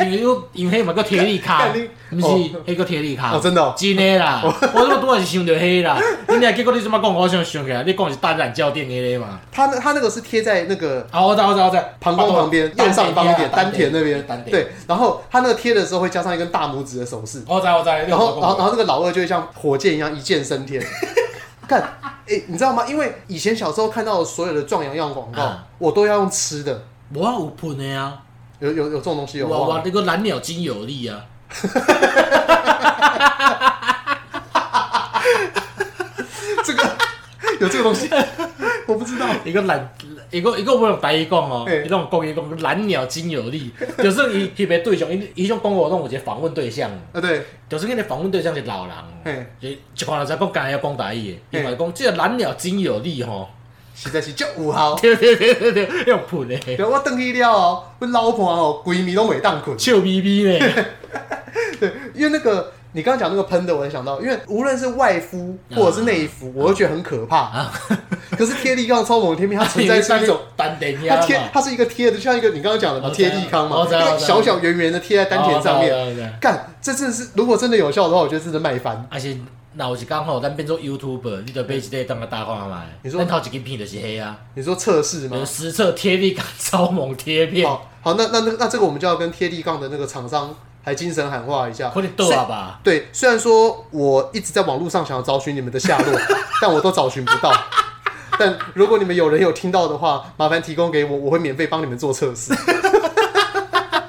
[SPEAKER 1] 因为我因为迄嘛叫铁力卡，
[SPEAKER 2] 干你
[SPEAKER 1] 毋是
[SPEAKER 2] 哦
[SPEAKER 1] 迄个铁力卡
[SPEAKER 2] 哦，。真的哦，
[SPEAKER 1] 真的啦，我怎么拄仔是想着迄啦？ [LAUGHS] 你若结果你怎么讲，我想想起来，你讲是大胆教练迄个嘛？
[SPEAKER 2] 它那它那个是贴在那个
[SPEAKER 1] 啊，我知道我知道我知道，
[SPEAKER 2] 膀胱旁边右上方一点，丹田那边
[SPEAKER 1] 啊丹，田，
[SPEAKER 2] 对，然后它那个贴的时候会加上一根大拇指的手势，
[SPEAKER 1] 我哎知道我知道。你有跟
[SPEAKER 2] 哎然
[SPEAKER 1] 我
[SPEAKER 2] 后，
[SPEAKER 1] 讲
[SPEAKER 2] 然后，然
[SPEAKER 1] 过
[SPEAKER 2] 后那个老二就会像火箭一样一箭升天。 [LAUGHS] 干，哎、你知道吗？因为以前小时候看到的所有的壮阳药广告，
[SPEAKER 1] 啊
[SPEAKER 2] 我都要用吃的，
[SPEAKER 1] 我有喷的啊，
[SPEAKER 2] 有有有这种东西有哦
[SPEAKER 1] 我我
[SPEAKER 2] 吗？
[SPEAKER 1] 那个蓝鸟精有力啊，
[SPEAKER 2] 这个有这个
[SPEAKER 1] [LAUGHS]
[SPEAKER 2] 东西，我不知道。
[SPEAKER 1] 一个蓝，一个一个我用台语讲哦，
[SPEAKER 2] 嘿
[SPEAKER 1] 伊种国语讲蓝鸟精有力， [LAUGHS] 就是伊翕的对象，伊伊种讲我拢有一个访问对象。
[SPEAKER 2] 啊，对，
[SPEAKER 1] 就是迄个访问对象是老人
[SPEAKER 2] 嘿
[SPEAKER 1] 哦，就一看就知讲家要讲台语的，
[SPEAKER 2] 嘿
[SPEAKER 1] 伊嘛讲即个蓝鸟真有力吼， [LAUGHS]
[SPEAKER 2] 实在是就五号。
[SPEAKER 1] 对对对对对，迄种喷的，
[SPEAKER 2] 对，我登去了哦，我老婆哦，闺蜜都没当困。 [LAUGHS]
[SPEAKER 1] 笑眯眯的，
[SPEAKER 2] 对，因为那个你刚刚讲那个喷的，我才想到，因为无论是外敷或者是
[SPEAKER 1] 啊
[SPEAKER 2] 内敷，我都觉得很可怕。 [LAUGHS] 可是贴力杠超猛贴片，它存在
[SPEAKER 1] [LAUGHS]
[SPEAKER 2] 是一种
[SPEAKER 1] 丹田
[SPEAKER 2] 它
[SPEAKER 1] 遐
[SPEAKER 2] 贴
[SPEAKER 1] 嘛，
[SPEAKER 2] 它是一个贴的，就像一个你刚刚讲的嘛
[SPEAKER 1] 我知
[SPEAKER 2] 贴
[SPEAKER 1] 道
[SPEAKER 2] 地康嘛，
[SPEAKER 1] 我
[SPEAKER 2] 一
[SPEAKER 1] 知道我
[SPEAKER 2] 个
[SPEAKER 1] 知道
[SPEAKER 2] 小小圆圆的贴在丹田上面。
[SPEAKER 1] 哦哦。我知道我知道
[SPEAKER 2] 干，这真的是如果真的有效的话，我觉得真的卖翻。
[SPEAKER 1] 而且若有一工吼，咱变做 YouTuber，你就买一个当个大看卖。
[SPEAKER 2] 你说
[SPEAKER 1] 咱头一支片就是迄啊，
[SPEAKER 2] 你说测试
[SPEAKER 1] 有
[SPEAKER 2] 吗？哦
[SPEAKER 1] 实测贴力感超猛贴片，
[SPEAKER 2] 好，好，那那那那这个我们就要跟贴地杠的那个厂商还精神喊话一下。
[SPEAKER 1] 快点倒啊吧！
[SPEAKER 2] 对，虽然说我一直在网络上想要找寻你们的下落，但我都找寻不到。但如果你们有人有听到的话，麻烦提供给我，我会免费帮你们做测试。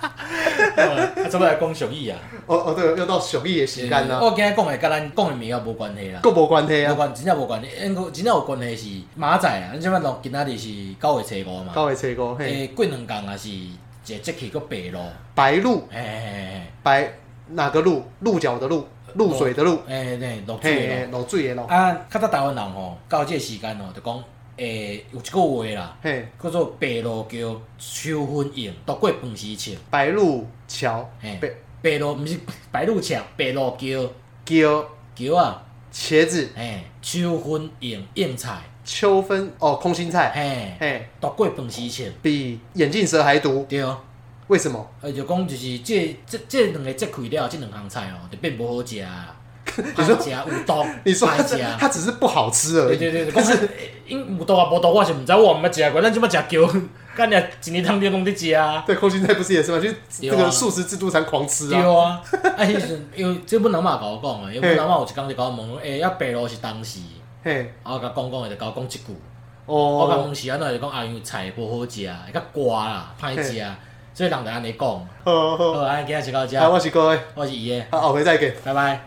[SPEAKER 1] 啊怎么来讲俗语啊？
[SPEAKER 2] 哦哦，对，要到熊毅的时间啦，
[SPEAKER 1] 我今日讲的甲咱讲的物件无关系啦。
[SPEAKER 2] 够无关系
[SPEAKER 1] 无
[SPEAKER 2] 啊，
[SPEAKER 1] 关，真正无关，因个真正有关系是明仔啊，咱即摆录今仔日是九月初五嘛，
[SPEAKER 2] 高伟切哥，嘿，
[SPEAKER 1] 诶，过两工啊是一个节气个白露，
[SPEAKER 2] 白鹿
[SPEAKER 1] 嘿嘿
[SPEAKER 2] 白哪个鹿？鹿角的鹿，露水的鹿，
[SPEAKER 1] 嘿，诶，对，落
[SPEAKER 2] 嘿，
[SPEAKER 1] 水
[SPEAKER 2] 嘿
[SPEAKER 1] 的
[SPEAKER 2] 老醉的
[SPEAKER 1] 露。
[SPEAKER 2] 老，
[SPEAKER 1] 啊，较早台湾人吼，到即个时间吼，就讲诶，有一句话啦，
[SPEAKER 2] 嘿，
[SPEAKER 1] 叫做白露叫秋分影，独过饭时笑。
[SPEAKER 2] 白鹿桥，
[SPEAKER 1] 嘿
[SPEAKER 2] 白
[SPEAKER 1] 白露毋是白露赤，白露桥
[SPEAKER 2] 叫
[SPEAKER 1] 桥啊，
[SPEAKER 2] 茄子，
[SPEAKER 1] 嘿，秋分影应菜，
[SPEAKER 2] 秋分哦，空心菜，
[SPEAKER 1] 嘿，
[SPEAKER 2] 嘿，
[SPEAKER 1] 独过饭时笑，
[SPEAKER 2] 比眼镜蛇还毒，
[SPEAKER 1] 对。哦
[SPEAKER 2] 为什么？
[SPEAKER 1] 呃，就讲就是这这这两个节开了，这两项菜哦，就变无好食啊，
[SPEAKER 2] [LAUGHS] 你
[SPEAKER 1] 歹
[SPEAKER 2] 说
[SPEAKER 1] 食有毒，
[SPEAKER 2] 你说
[SPEAKER 1] 歹
[SPEAKER 2] 它
[SPEAKER 1] 食
[SPEAKER 2] 只。它只是不好吃而
[SPEAKER 1] 对
[SPEAKER 2] 已，
[SPEAKER 1] 对对，但是因有毒啊无毒，我是毋知，我毋捌食过，咱即摆食球，干你一年当中拢伫食啊，
[SPEAKER 2] 对，空心菜不是也是吗？就是
[SPEAKER 1] 对
[SPEAKER 2] 这
[SPEAKER 1] 啊
[SPEAKER 2] 个素食自助餐狂吃
[SPEAKER 1] 对
[SPEAKER 2] 啊，
[SPEAKER 1] 啊。啊，迄时阵因为这本人嘛甲我讲诶，因为本人嘛有一工就甲我问，诶，啊白露是当时，
[SPEAKER 2] 嘿，
[SPEAKER 1] 啊我甲讲讲诶，就甲我讲一句，我甲
[SPEAKER 2] 哦，
[SPEAKER 1] 问是安怎就讲啊，因为菜无好食，会较寡啦，歹食，所以人就安尼讲。
[SPEAKER 2] 好好
[SPEAKER 1] 好，安今日就到
[SPEAKER 2] 哦好，
[SPEAKER 1] 遮，
[SPEAKER 2] 我是各位，
[SPEAKER 1] 我是伊诶，
[SPEAKER 2] 好，后回再见。
[SPEAKER 1] 拜拜。